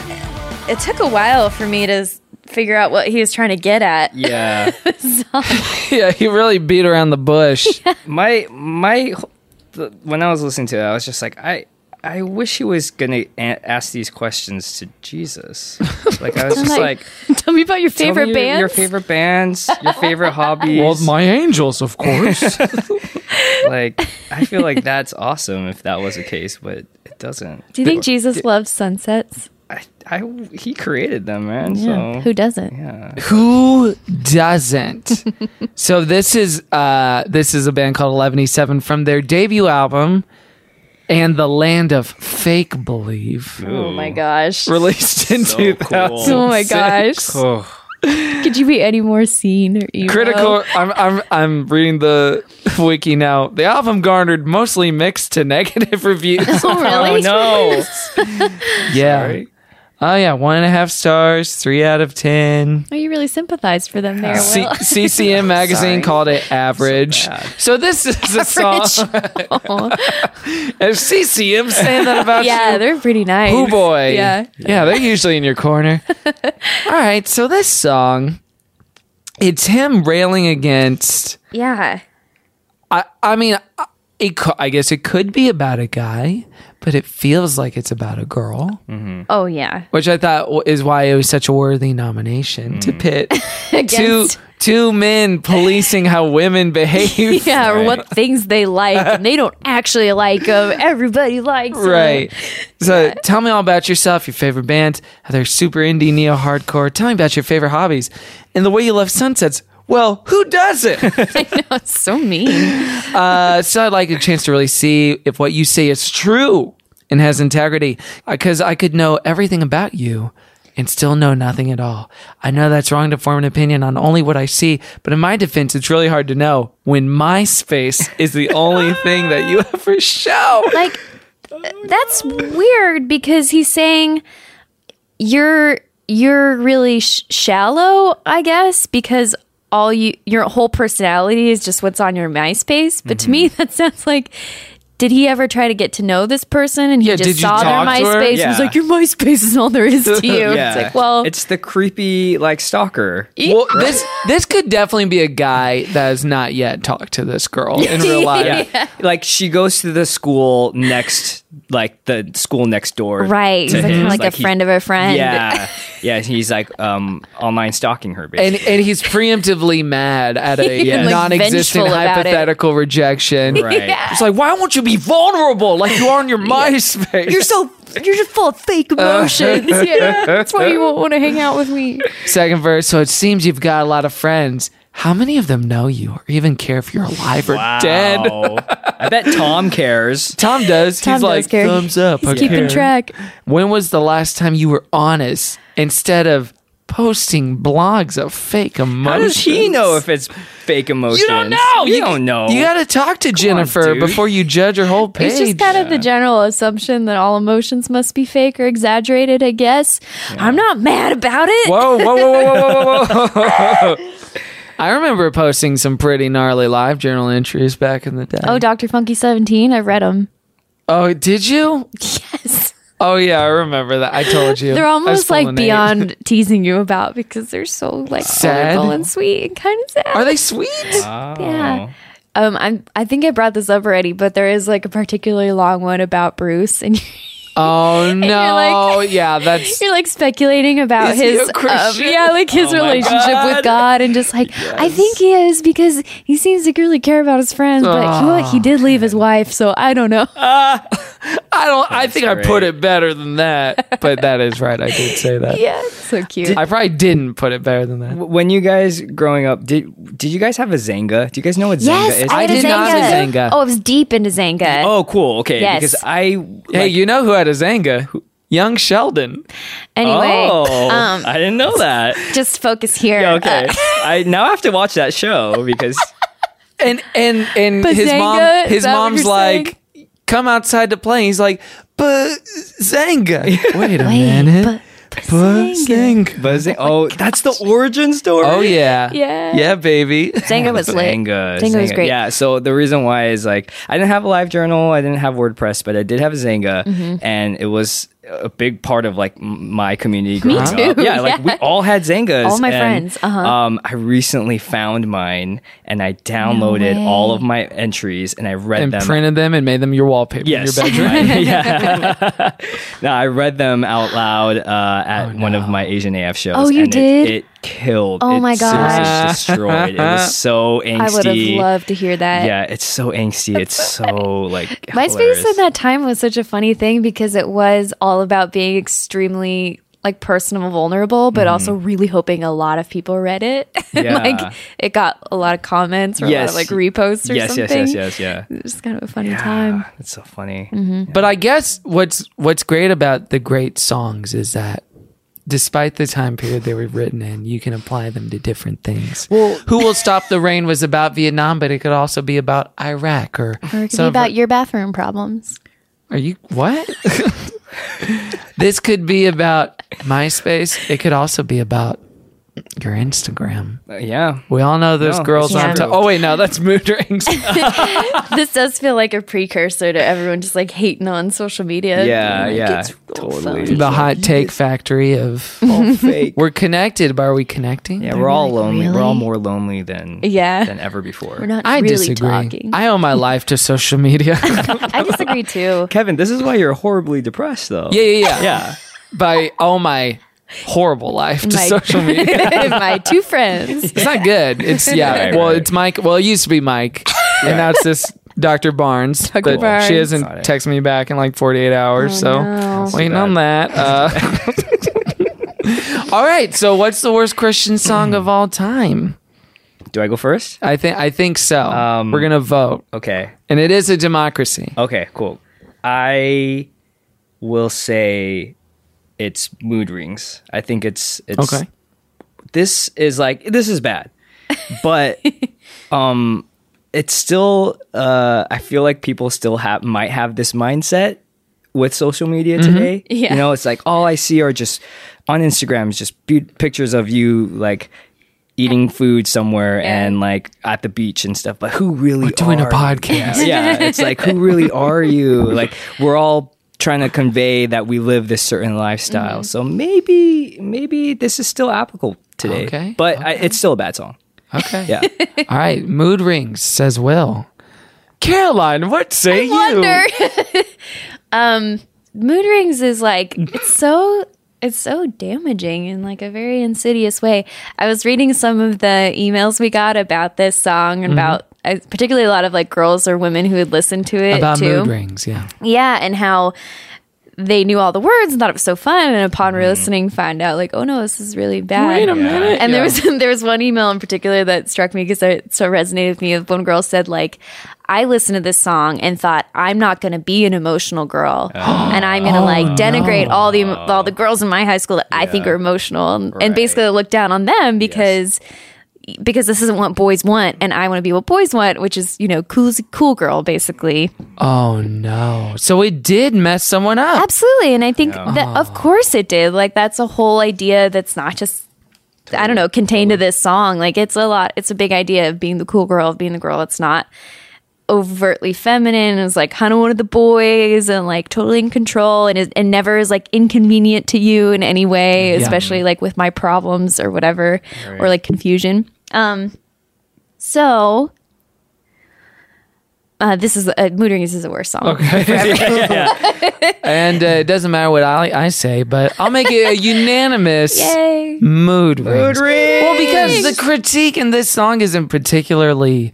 It took a while for me to s- figure out what he was trying to get at.
yeah.
Yeah, he really beat around the bush.
my my the- when I was listening to it, I was just like, I I wish he was gonna a- ask these questions to Jesus. Like I was just like,
Tell me about your
tell me
favorite
your,
bands.
your favorite bands, your favorite hobbies.
my angels, of course.
like I feel like that's awesome if that was the case, but it doesn't.
Do you think Jesus loved sunsets?
I, I he created them, man. So
Who doesn't?
Who doesn't? so this is uh this is a band called 117 from their debut album and the land of fake believe
Oh my gosh.
released in 2000
Oh my gosh. Could you be any more seen or emo?
critical I'm, I'm i'm reading the wiki now the album garnered mostly mixed to negative reviews
Oh, really?
no,
yeah oh yeah one and a half stars three out of ten
Oh, you really sympathized for them there, Will.
C- CCM magazine called it average. So, this is a song. if CCM saying that about
yeah,
you,
they're pretty nice.
oh boy,
Yeah.
yeah, they're usually in your corner. All right, so this song, it's him railing against
Yeah.
I I mean, I- it co- I guess it could be about a guy, but it feels like it's about a girl,
Oh yeah.
which I thought w- is why it was such a worthy nomination to
Mm.
pit two
Against-
two men policing how women behave.
Yeah, or what things they like and they don't actually like them. Everybody likes 'em.
Right. So tell me all about yourself, your favorite bands, how they're super indie, neo hardcore. Tell me about your favorite hobbies and the way you love sunsets. Well, who doesn't?
I know, it's so mean.
uh, so I'd like a chance to really see if what you say is true and has integrity, because I could know everything about you and still know nothing at all. I know that's wrong to form an opinion on only what I see, but in my defense, it's really hard to know when my space is the only thing that you ever show.
Like that's weird because he's saying you're you're really sh- shallow, I guess, because all you your whole personality is just what's on your MySpace. But to me, that sounds like. Did he ever try to get to know this person and he
Yeah, did
just
you
saw their
talk to her?
MySpace and was
Yeah.
like, Your MySpace is all there is to you.
yeah.
It's like, well, E-
it's the creepy like stalker.
Well, this this could definitely be a guy that has not yet talked to this girl in real life.
Like she goes to the school next, like the school next door.
Right.
to
He's like,
him.
kinda like a
he-
friend of a friend.
Yeah, yeah. He's like um online stalking her. Basically.
And and he's preemptively mad at a
Yeah. Like
non-existent
vengeful about it.
hypothetical rejection.
Right. Yeah.
It's like, why won't you be vulnerable like you are on your MySpace?
You're so you're just full of fake emotions. yeah, that's why you won't want to hang out with me.
Second verse. So it seems you've got a lot of friends. How many of them know you or even care if you're alive or dead?
Wow. I bet Tom cares.
Tom does.
Tom
he's
does
like
care.
thumbs up.
He's
I
keeping
care."
track.
When was the last time you were honest instead of posting blogs of fake emotions?
How does he know if it's fake emotion?
You don't know.
You, don't know.
You got to talk to Jennifer
dude.
before you judge her whole page.
It's just kind of the general assumption that all emotions must be fake or exaggerated. I guess I'm not mad about it.
whoa, whoa, whoa, whoa, whoa, whoa, whoa, whoa. I remember posting some pretty gnarly live journal entries back in the day.
Oh, Doctor Funky Seventeen, I read them.
Oh, did you?
Yes,
Oh, yeah, I remember that. I told you.
they're
I was
almost
full
like
of names.
beyond teasing you about because they're so like
Sad.
sad and sweet and kind of sad.
Are they Oh. sweet?
Yeah. Um, I'm. I think I brought this up already, but there is like a particularly long one about Bruce, and
Oh, no.
like-
yeah, that's.
you're like speculating about
Is he a
his, um,
Christian?
yeah, like his
Oh
relationship with God, and just like I think he is because he seems to really care about his friends, but he, he did leave his wife, so I don't know.
I don't. I think I put it better than that, but that is right. I did say that.
yeah, it's so cute.
I probably didn't put it better than that.
When you guys growing up, did did you guys have a Zanga? Do you guys know what Zanga
yes,
is?
I, had
did
a
not
Zanga.
have a Zanga.
Oh, I was deep into Zanga.
oh, cool. Okay,
Yes.
because I
Hey,
like-
you know who had a Zanga? Young Sheldon.
anyway,
Oh,
um,
I didn't know that.
just focus here.
Yeah, okay,
Uh,
I now have to watch that show because
and and and
But
his
Zanga,
mom
is
his
that what
mom's
you're
like come outside to play he's like but zanga wait a
wait,
minute
but- but Zanga.
buzzing. Oh, that's the origin story.
oh yeah
Yeah.
yeah baby
Zanga was lit.
Zanga.
Zanga was great.
Yeah. So the reason why is like I didn't have a live journal. I didn't have WordPress, but I did have Zanga,
Mm-hmm.
and it was a big part of like m- my community growing
too,
up. Yeah, like we
yeah.
all had Zangas.
All my
and,
friends, uh-huh.
Um, I recently found mine, and I downloaded all of my entries, and I read
and
them.
printed them and made them your wallpaper
Yes.
in your bedroom
Right. yeah. no, I read them out loud uh, at one of my Asian AF shows.
Oh, you
and it-
did?
It, killed.
Oh
It
my
seriously
gosh.
destroyed. It was so angsty.
I would have loved to hear that.
Yeah, it's so angsty. It's so like
MySpace
hilarious.
at that time was such a funny thing because it was all about being extremely like personal and vulnerable, but also really hoping a lot of people read it. And,
Mm-hmm. Yeah.
like it got a lot of comments or
Yes.
a lot of like reposts or
yes,
something.
yes, yes, yes, yeah.
It was kind of a funny time. Mm-hmm.
Ah, It's so funny.
But I guess what's what's great about the great songs is that despite the time period they were written in, you can apply them to different things. Well, Who Will Stop the Rain was about Vietnam, but it could also be about Iraq or,
Or it could
some
be
of her-
about your bathroom problems.
Are you what? this could be about MySpace. It could also be about Your Instagram.
yeah.
We all know those
No,
girls
that's
on
true.
top. Oh, wait, no, that's mood rings.
this does feel like a precursor to everyone just like hating on social media. Like, it's real phony.
The hot take factory of
all fake.
We're connected, but are we connecting?
Yeah, we're all lonely. We're all more lonely than
Yeah.
than ever before.
We're not
I
really
disagree.
talking.
I owe my life to social media.
I disagree too.
Kevin, this is why you're horribly depressed, though.
yeah, yeah, yeah.
Yeah.
By owe my horrible life to
My-
social media.
my two friends.
It's not good. It's yeah.
Right,
well,
right.
it's Mike. Well, it used to be Mike, and now it's this Dr. Barnes.
Dr.
that
Barnes.
She hasn't texted me back in like 48 hours, so waiting on that. Uh, all right. So, what's the worst Christian song of all time?
Do I go first?
I think I think so. We're gonna vote,
Okay.
and it is a democracy.
Okay, cool. I will say it's mood rings. I think it's it's
Okay.
this is like this is bad. But um it's still uh I feel like people still have might have this mindset with social media
Mm-hmm.
today.
Yeah.
You know, it's like all I see are just on Instagram is just be- pictures of you like eating food somewhere and like at the beach and stuff. But who really
We're doing a
are-
podcast.
yeah, it's like who really are you? Like we're all trying to convey that we live this certain
Mm-hmm.
lifestyle. So maybe maybe this is still applicable today.
Okay,
but I, it's still a bad song.
Okay.
Yeah,
All right. Mood rings says Will. Caroline, what say you?
wonder. um, mood rings is like it's so it's so damaging in like a very insidious way. I was reading some of the emails we got about this song
Mm-hmm.
and about uh, particularly a lot of like girls or women who had listened to it
About
too.
mood rings, yeah.
Yeah, and how they knew all the words and thought it was so fun, and upon re-listening, found out like, oh no, this is really bad. Wait a minute. And there was there was one email in particular that struck me because it so resonated with me. Of one girl said like, I listened to this song and thought I'm not going to be an emotional girl, and I'm going to like denigrate all the all the girls in my high school that I think are emotional, and, and basically look down on them because because this isn't what boys want, and I want to be what boys want, which is you know cool cool girl basically.
Oh no. So it did mess someone up.
Absolutely. And I think that, of course, it did. Like, that's a whole idea that's not just, I don't know, contained to this song. Like, it's a lot, it's a big idea of being the cool girl, of being the girl that's not overtly feminine, is like kind of one of the boys and like totally in control and, is, and never is like inconvenient to you in any way, especially like with my problems or whatever, or like confusion. Um, so. Uh, this is uh, Mood Rings is the worst song.
And uh, it doesn't matter what I, I say, but I'll make it a unanimous
Yay.
mood rings. Well, because the critique in this song isn't particularly.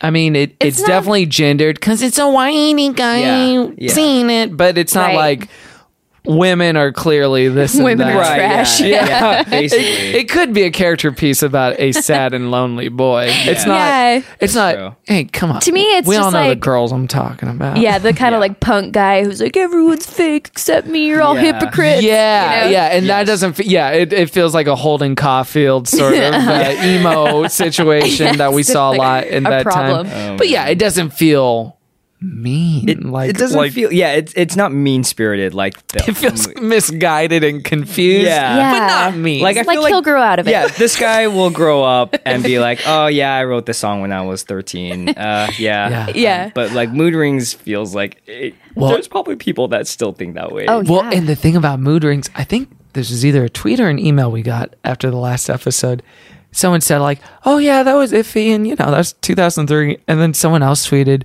I mean, it, it's,
not-
definitely gendered because it's a whiny guy
Yeah, yeah.
seen it, but it's not
Right.
like women are clearly this. and
Women are
that.
trash.
Yeah, yeah, basically.
It could be a character piece about a sad and lonely boy. It's not.
Yeah.
It's not.
true.
Hey, come on.
To me, it's
we all
just
know the
like-
girls I'm talking about.
Yeah, the kind of like punk guy who's like, everyone's fake except me. You're all
Yeah.
hypocrites.
Yeah,
you know?
yeah, and that doesn't. Fe- yeah, it, it feels like a Holden Caulfield sort of uh, emo situation that we
Yes,
saw a
like
lot in
a
that
problem.
time. but yeah, it doesn't feel mean.
Um, it,
like
it doesn't
like-
feel. Yeah, it's it's not mean spirited like the,
It feels misguided and confused.
Yeah.
Yeah.
but not mean.
Like I
Like,
feel like
he'll grow out of it.
Yeah, this guy will grow up and be like, "Oh yeah, I wrote this song when I was 13." Uh, yeah,
Yeah.
Yeah.
But like, Mood Rings feels like it,
Well-
there's probably people that still think that way.
Oh,
Well,
yeah.
and the thing about mood rings, I think this is either a tweet or an email we got after the last episode. Someone said like, "Oh yeah, that was iffy," and you know that's 2003. And then someone else tweeted,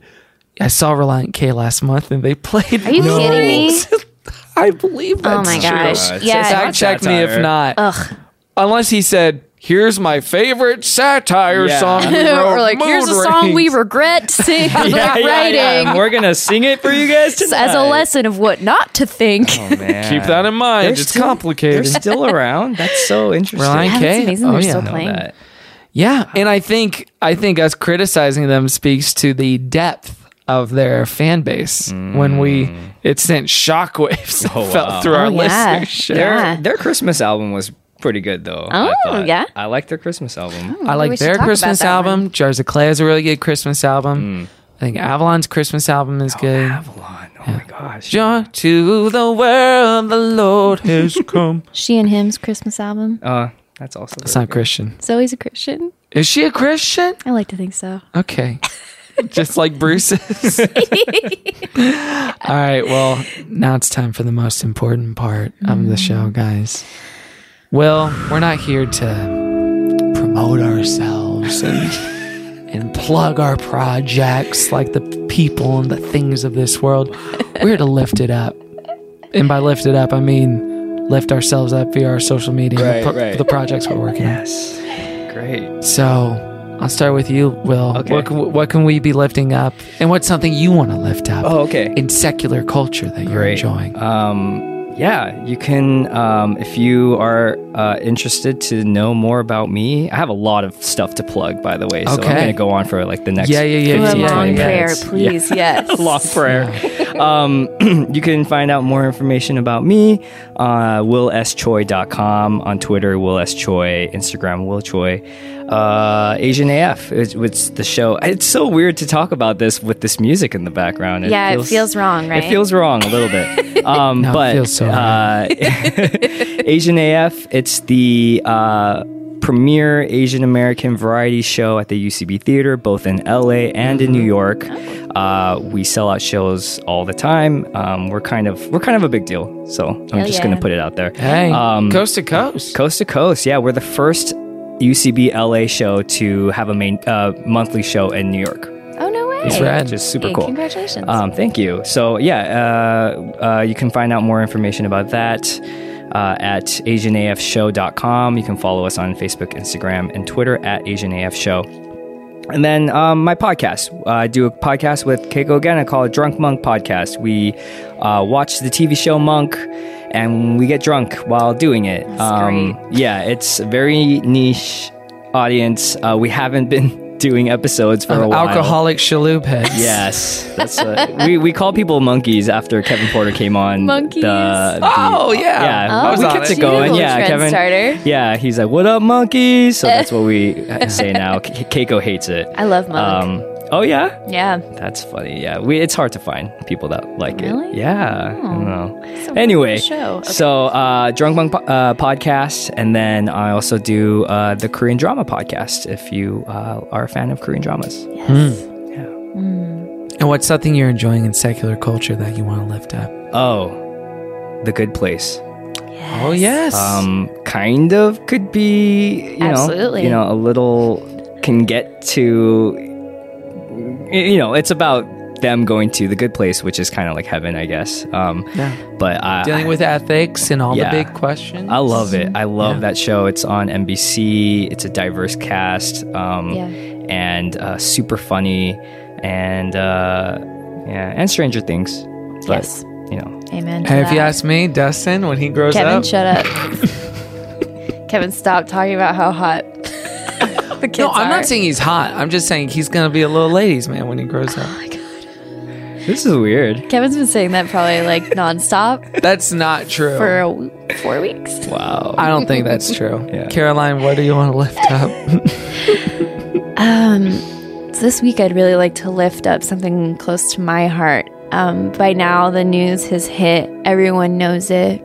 "I saw Reliant K last month, and they played."
Are you
Mood
kidding me?
Rings." I believe
Oh
that's
my
true.
gosh.
it's-
yeah.
it's
Fact check me if
satire.
not. Unless he said, "Here's my favorite satire
Yeah.
song." We wrote,
or like,
Mood
here's a song we
Rings."
regret sing- like, writing
We're gonna sing it for you guys tonight.
as a lesson of what not to think.
Oh, man.
Keep that in mind.
They're
it's
still-
complicated.
They're still around. That's so interesting.
Reliant
Yeah,
K.
that's amazing.
Oh,
They're
yeah.
still
Know
playing.
that.
Yeah, and I think I think us criticizing them speaks to the depth of their fan base. When we it sent shockwaves that felt through our
Oh, yeah.
listenership.
Yeah.
Their Christmas album was pretty good though. I
Oh,
thought.
yeah?
I like their Christmas album.
I
we
like
should
their
talk about
Christmas
that one.
album. Jars of Clay is a really good Christmas album. I think Avalon's Christmas album is good.
Avalon. Oh my gosh.
Joy to the world, the Lord has come. Oh.
She and Him's Christmas album.
Uh, That's also
That's not Christian.
Zoe's a Christian.
Is she a Christian?
I like to think so.
Okay. Just like Bruce is. All right. Well, now it's time for the most important part of the show, guys. Well, we're not here to promote ourselves and and plug our projects like the people and the things of this world. We're here to lift it up. And by lift it up, I mean lift ourselves up via our social media, and the,
Right, right.
the projects we're working on.
Yes. Great.
So I'll start with you, Will.
Okay.
What, can, what can we be lifting up? And what's something you want to lift up
Oh, okay.
in secular culture that you're
Great.
enjoying?
Um, yeah, you can, um, if you are uh, interested to know more about me, I have a lot of stuff to plug, by the way. So
Okay.
I'm going to go on for like the next
Yeah, yeah, yeah,
Do a
15,
yeah,
20
long prayer,
minutes. Yeah.
please. Yes.
long prayer. um, you can find out more information about me uh, willschoy.com on Twitter, Will S. Choi, Instagram, Will Choi. Uh, Asian AF, it's, it's the show. It's so weird to talk about this with this music in the background.
Yeah, it feels wrong, right?
It feels wrong a little bit. Um,
No, it
but
feels so
uh, Asian AF, it's the uh, premier Asian American variety show at the UCB Theater, both in LA and in New York.
Mm-hmm.
Uh, we sell out shows all the time. Um, we're kind of we're kind of a big deal, so I'm
Hell
just
yeah.
gonna put it out there.
hey,
um,
coast to coast.
Coast to coast, yeah, we're the first UCB LA show to have a main uh, monthly show in New York.
Oh no way!
It's rad.
Which is super
Hey,
cool.
Congratulations.
Uh,
Um, thank you. So yeah, uh, uh, you can find out more information about that uh, at AsianAFShow.com. You can follow us on Facebook, Instagram, and Twitter at AsianAFShow. And then um, my podcast. Uh, I do a podcast with Keiko Gana called Drunk Monk Podcast. We uh, watch the TV show Monk and we get drunk while doing it. Um,
great.
Yeah, it's a very niche audience. Uh, we haven't been doing episodes for a while.
Alcoholic shaloub heads.
Yes, that's uh, we we call people monkeys after Kevin Porter came on.
Monkeys.
The, the-
Oh yeah.
yeah,
Oh,
we
on
kept
it.
it going.
Cute
Yeah,
little
Kevin.
trend starter.
Yeah, he's like, "What up, monkeys?" So that's what we say now. Ke- Keiko hates it.
I love Monk.
um,
oh yeah,
yeah.
that's funny. Yeah, we it's hard to find people that like it.
Really?
Yeah, I don't know.
So
anyway,
what a show. Okay.
so uh, drunk monk po- uh, podcast, and then I also do uh, the Korean drama podcast. If you uh, are a fan of Korean dramas.
hmm. And what's something you're enjoying in secular culture that you want to lift up?
Oh, the good place.
Oh yes.
Um, kind of could be, you know,
Absolutely.
you know, a little can get to, you know, it's about them going to the good place, which is kind of like heaven, I guess. Um,
Yeah.
but I,
Dealing with ethics and all
Yeah.
the big questions.
I love it. I love that show. It's on NBC. It's a diverse cast, um,
Yeah.
and uh, super funny, and uh, yeah, and Stranger Things. But,
Yes.
You know,
Amen. to
Hey, if you
that.
ask me, Dustin, when he grows
Kevin,
up,
shut up. Kevin, stop talking about how hot the kids
no, I'm
are.
not saying he's hot. I'm just saying he's gonna be a little ladies man when he grows
Oh
up.
this is weird.
Kevin's been saying that probably like nonstop
That's not true.
for a w- four weeks.
Wow.
I don't think that's true.
Yeah.
Caroline, what do you want to lift up?
Um, so this week I'd really like to lift up something close to my heart. Um, by now the news has hit. Everyone knows it.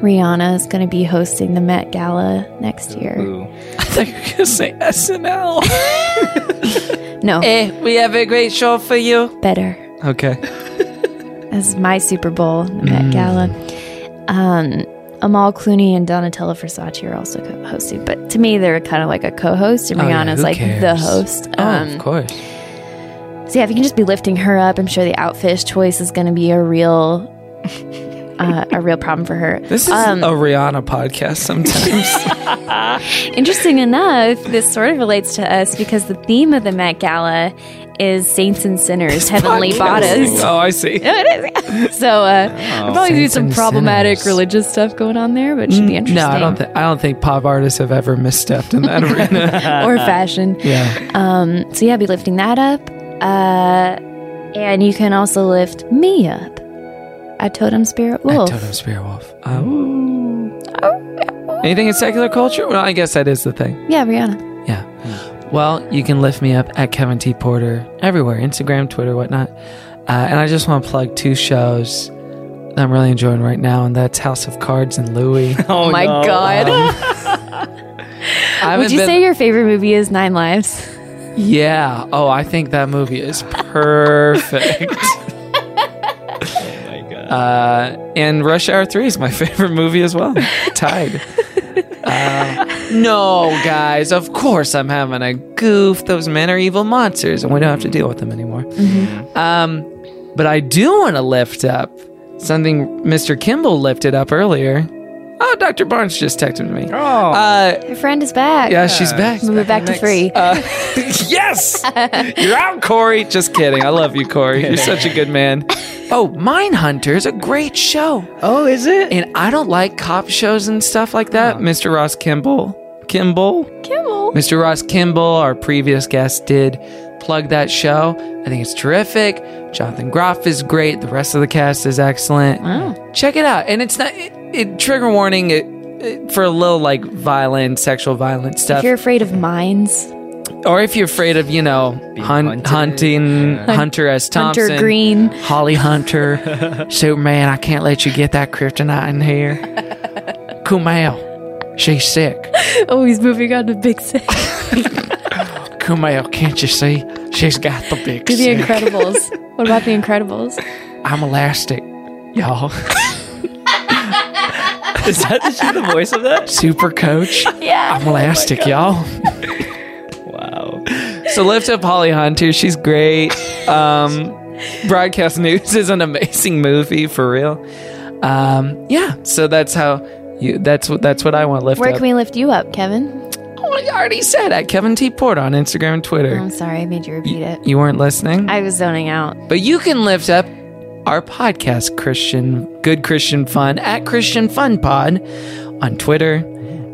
Rihanna is going to be hosting the Met Gala next year.
Ooh.
I thought you were gonna say SNL.
No,
hey, Eh, we have a great show for you.
better.
Okay.
as my Super Bowl the
Mm.
Met Gala. Um, Amal Clooney and Donatella Versace are also co- hosting, but to me they're kind of like a co-host, and
Oh, yeah,
Rihanna's
who
like the
cares?
host.
Oh,
Um,
of course.
so yeah, if you can just be lifting her up, I'm sure the outfit choice is going to be a real, uh, a real problem for her.
This is a Rihanna podcast sometimes.
Interesting enough, this sort of relates to us because the theme of the Met Gala is saints and sinners, heavenly bodies.
oh, I see.
No, it is. so uh, we'll probably do
Saints
some
and
problematic
sinners. Mm.
religious stuff going on there, but it should be interesting.
No, I don't think I don't think pop artists have ever misstepped in that arena.
or fashion.
Yeah.
Um, so yeah, be lifting that up. Uh, and you can also lift me up at Totem Spirit Wolf.
Totem Spear Wolf. Um, anything in secular culture? Well, I guess that is the thing.
yeah, Rihanna.
Yeah. Well, you can lift me up at Kevin T. Porter everywhere, Instagram, Twitter, whatnot. Uh, and I just want to plug two shows Oh, that I'm really enjoying right now, and that's House of Cards and Louie.
Oh, my God.
haven't
Oh, Would you
been-
say your favorite movie is Nine Lives?
Yeah. Oh, I think that movie is perfect. Oh Uh, and Rush Hour 3 is my favorite movie as well. Tied. Uh, no, guys, of course I'm having a goof. Those men are evil monsters, and we don't have to deal with them anymore.
Mm-hmm.
Um, but I do want to lift up something Mr. Kimball lifted up earlier. Oh, Dr. Barnes just texted me. Oh. Uh,
Your friend is back.
yeah, Uh, she's back.
Move it back to free.
yes! You're out, Corey. Just kidding. I love you, Corey. You're such a good man. Oh, Mindhunter is a great show.
Oh, is it?
And I don't like cop shows and stuff like that. Mr. Ross Kimball. Kimball?
Kimmel.
Mr. Ross Kimball, our previous guest, did plug that show. I think it's terrific. Jonathan Groff is great. The rest of the cast is excellent. Check it out. And it's not, it, it- trigger warning it, it- for a little like violent, sexual violent stuff
If you're afraid of mines,
or if you're afraid of you know hun- hunting Hunter S.
Hunter
Thompson,
Green.
Holly Hunter, Superman. I can't let you get that kryptonite in here. Kumail, she's sick.
oh, he's moving on to Big
Oh,
Sick.
Kumail, can't you see? She's got the big
The
sick.
Incredibles. What about The Incredibles?
I'm elastic, y'all.
Is that is she the voice of that?
Super coach.
Yeah.
I'm elastic, y'all.
Wow.
So lift up Holly Hunter. She's great. Um, Broadcast News is an amazing movie for real. Um, yeah. So that's how you. That's what. That's what I want to lift
Where
up.
can we lift you up, Kevin?
Oh, I already said at Kevin T Port on Instagram and Twitter.
I'm sorry, I made you repeat it.
You weren't listening,
Mm-hmm. I was zoning out.
but you can lift up our podcast, Christian Good Christian Fun at Christian Fun Pod on Twitter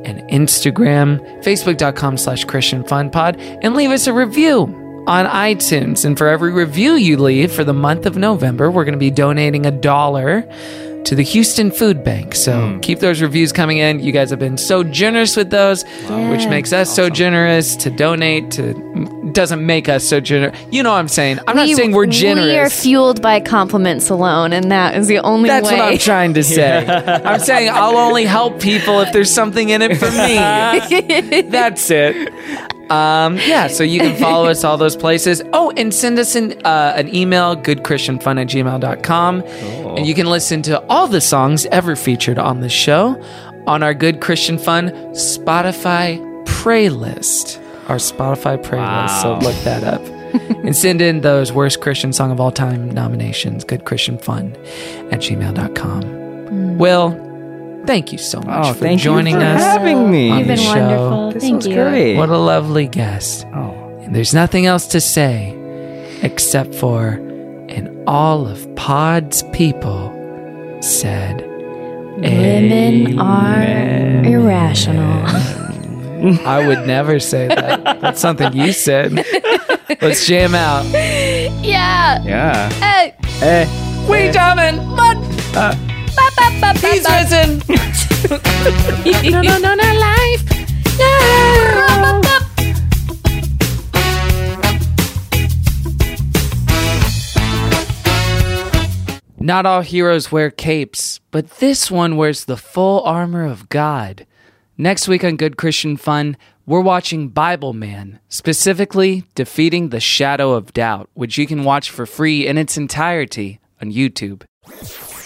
and Instagram, Facebook.com slash Christian Fun Pod, and leave us a review on iTunes. And for every review you leave for the month of November, we're going to be donating a dollar to the Houston Food Bank. So keep those reviews coming in. You guys have been so generous with those, which makes us so generous to donate to doesn't make us so generous. You know what I'm saying? I'm not saying we're generous.
We are fueled by compliments alone, and that is the only
That's
way.
what I'm trying to say. I'm saying I'll only help people if there's something in it for me. That's it. Um, yeah, so you can follow us all those places. Oh, and send us an, uh, an email, goodchristianfun at gmail.com. And you can listen to all the songs ever featured on the show on our Good Christian Fun Spotify playlist. Our Spotify playlist. So look that up. and send in those worst Christian song of all time nominations, Good Christian Fun at gmail.com. Will, thank you so much
Hmm. Oh,
for
thank
joining
you for
us.
having me.
on
You've been
the show.
wonderful.
This
Thank
was
you.
great.
What a lovely guest.
Oh.
And there's nothing else to say except for, and all of Pod's people said,
Women are irrational.
I would never say that. That's something you said. Let's jam out.
yeah.
Yeah.
Hey,
Eh.
We jamming. He's risen.
no, no, no, no, life. No.
Not all heroes wear capes, but this one wears the full armor of God. Next week on Good Christian Fun, we're watching Bible Man, specifically Defeating the Shadow of Doubt, which you can watch for free in its entirety on YouTube.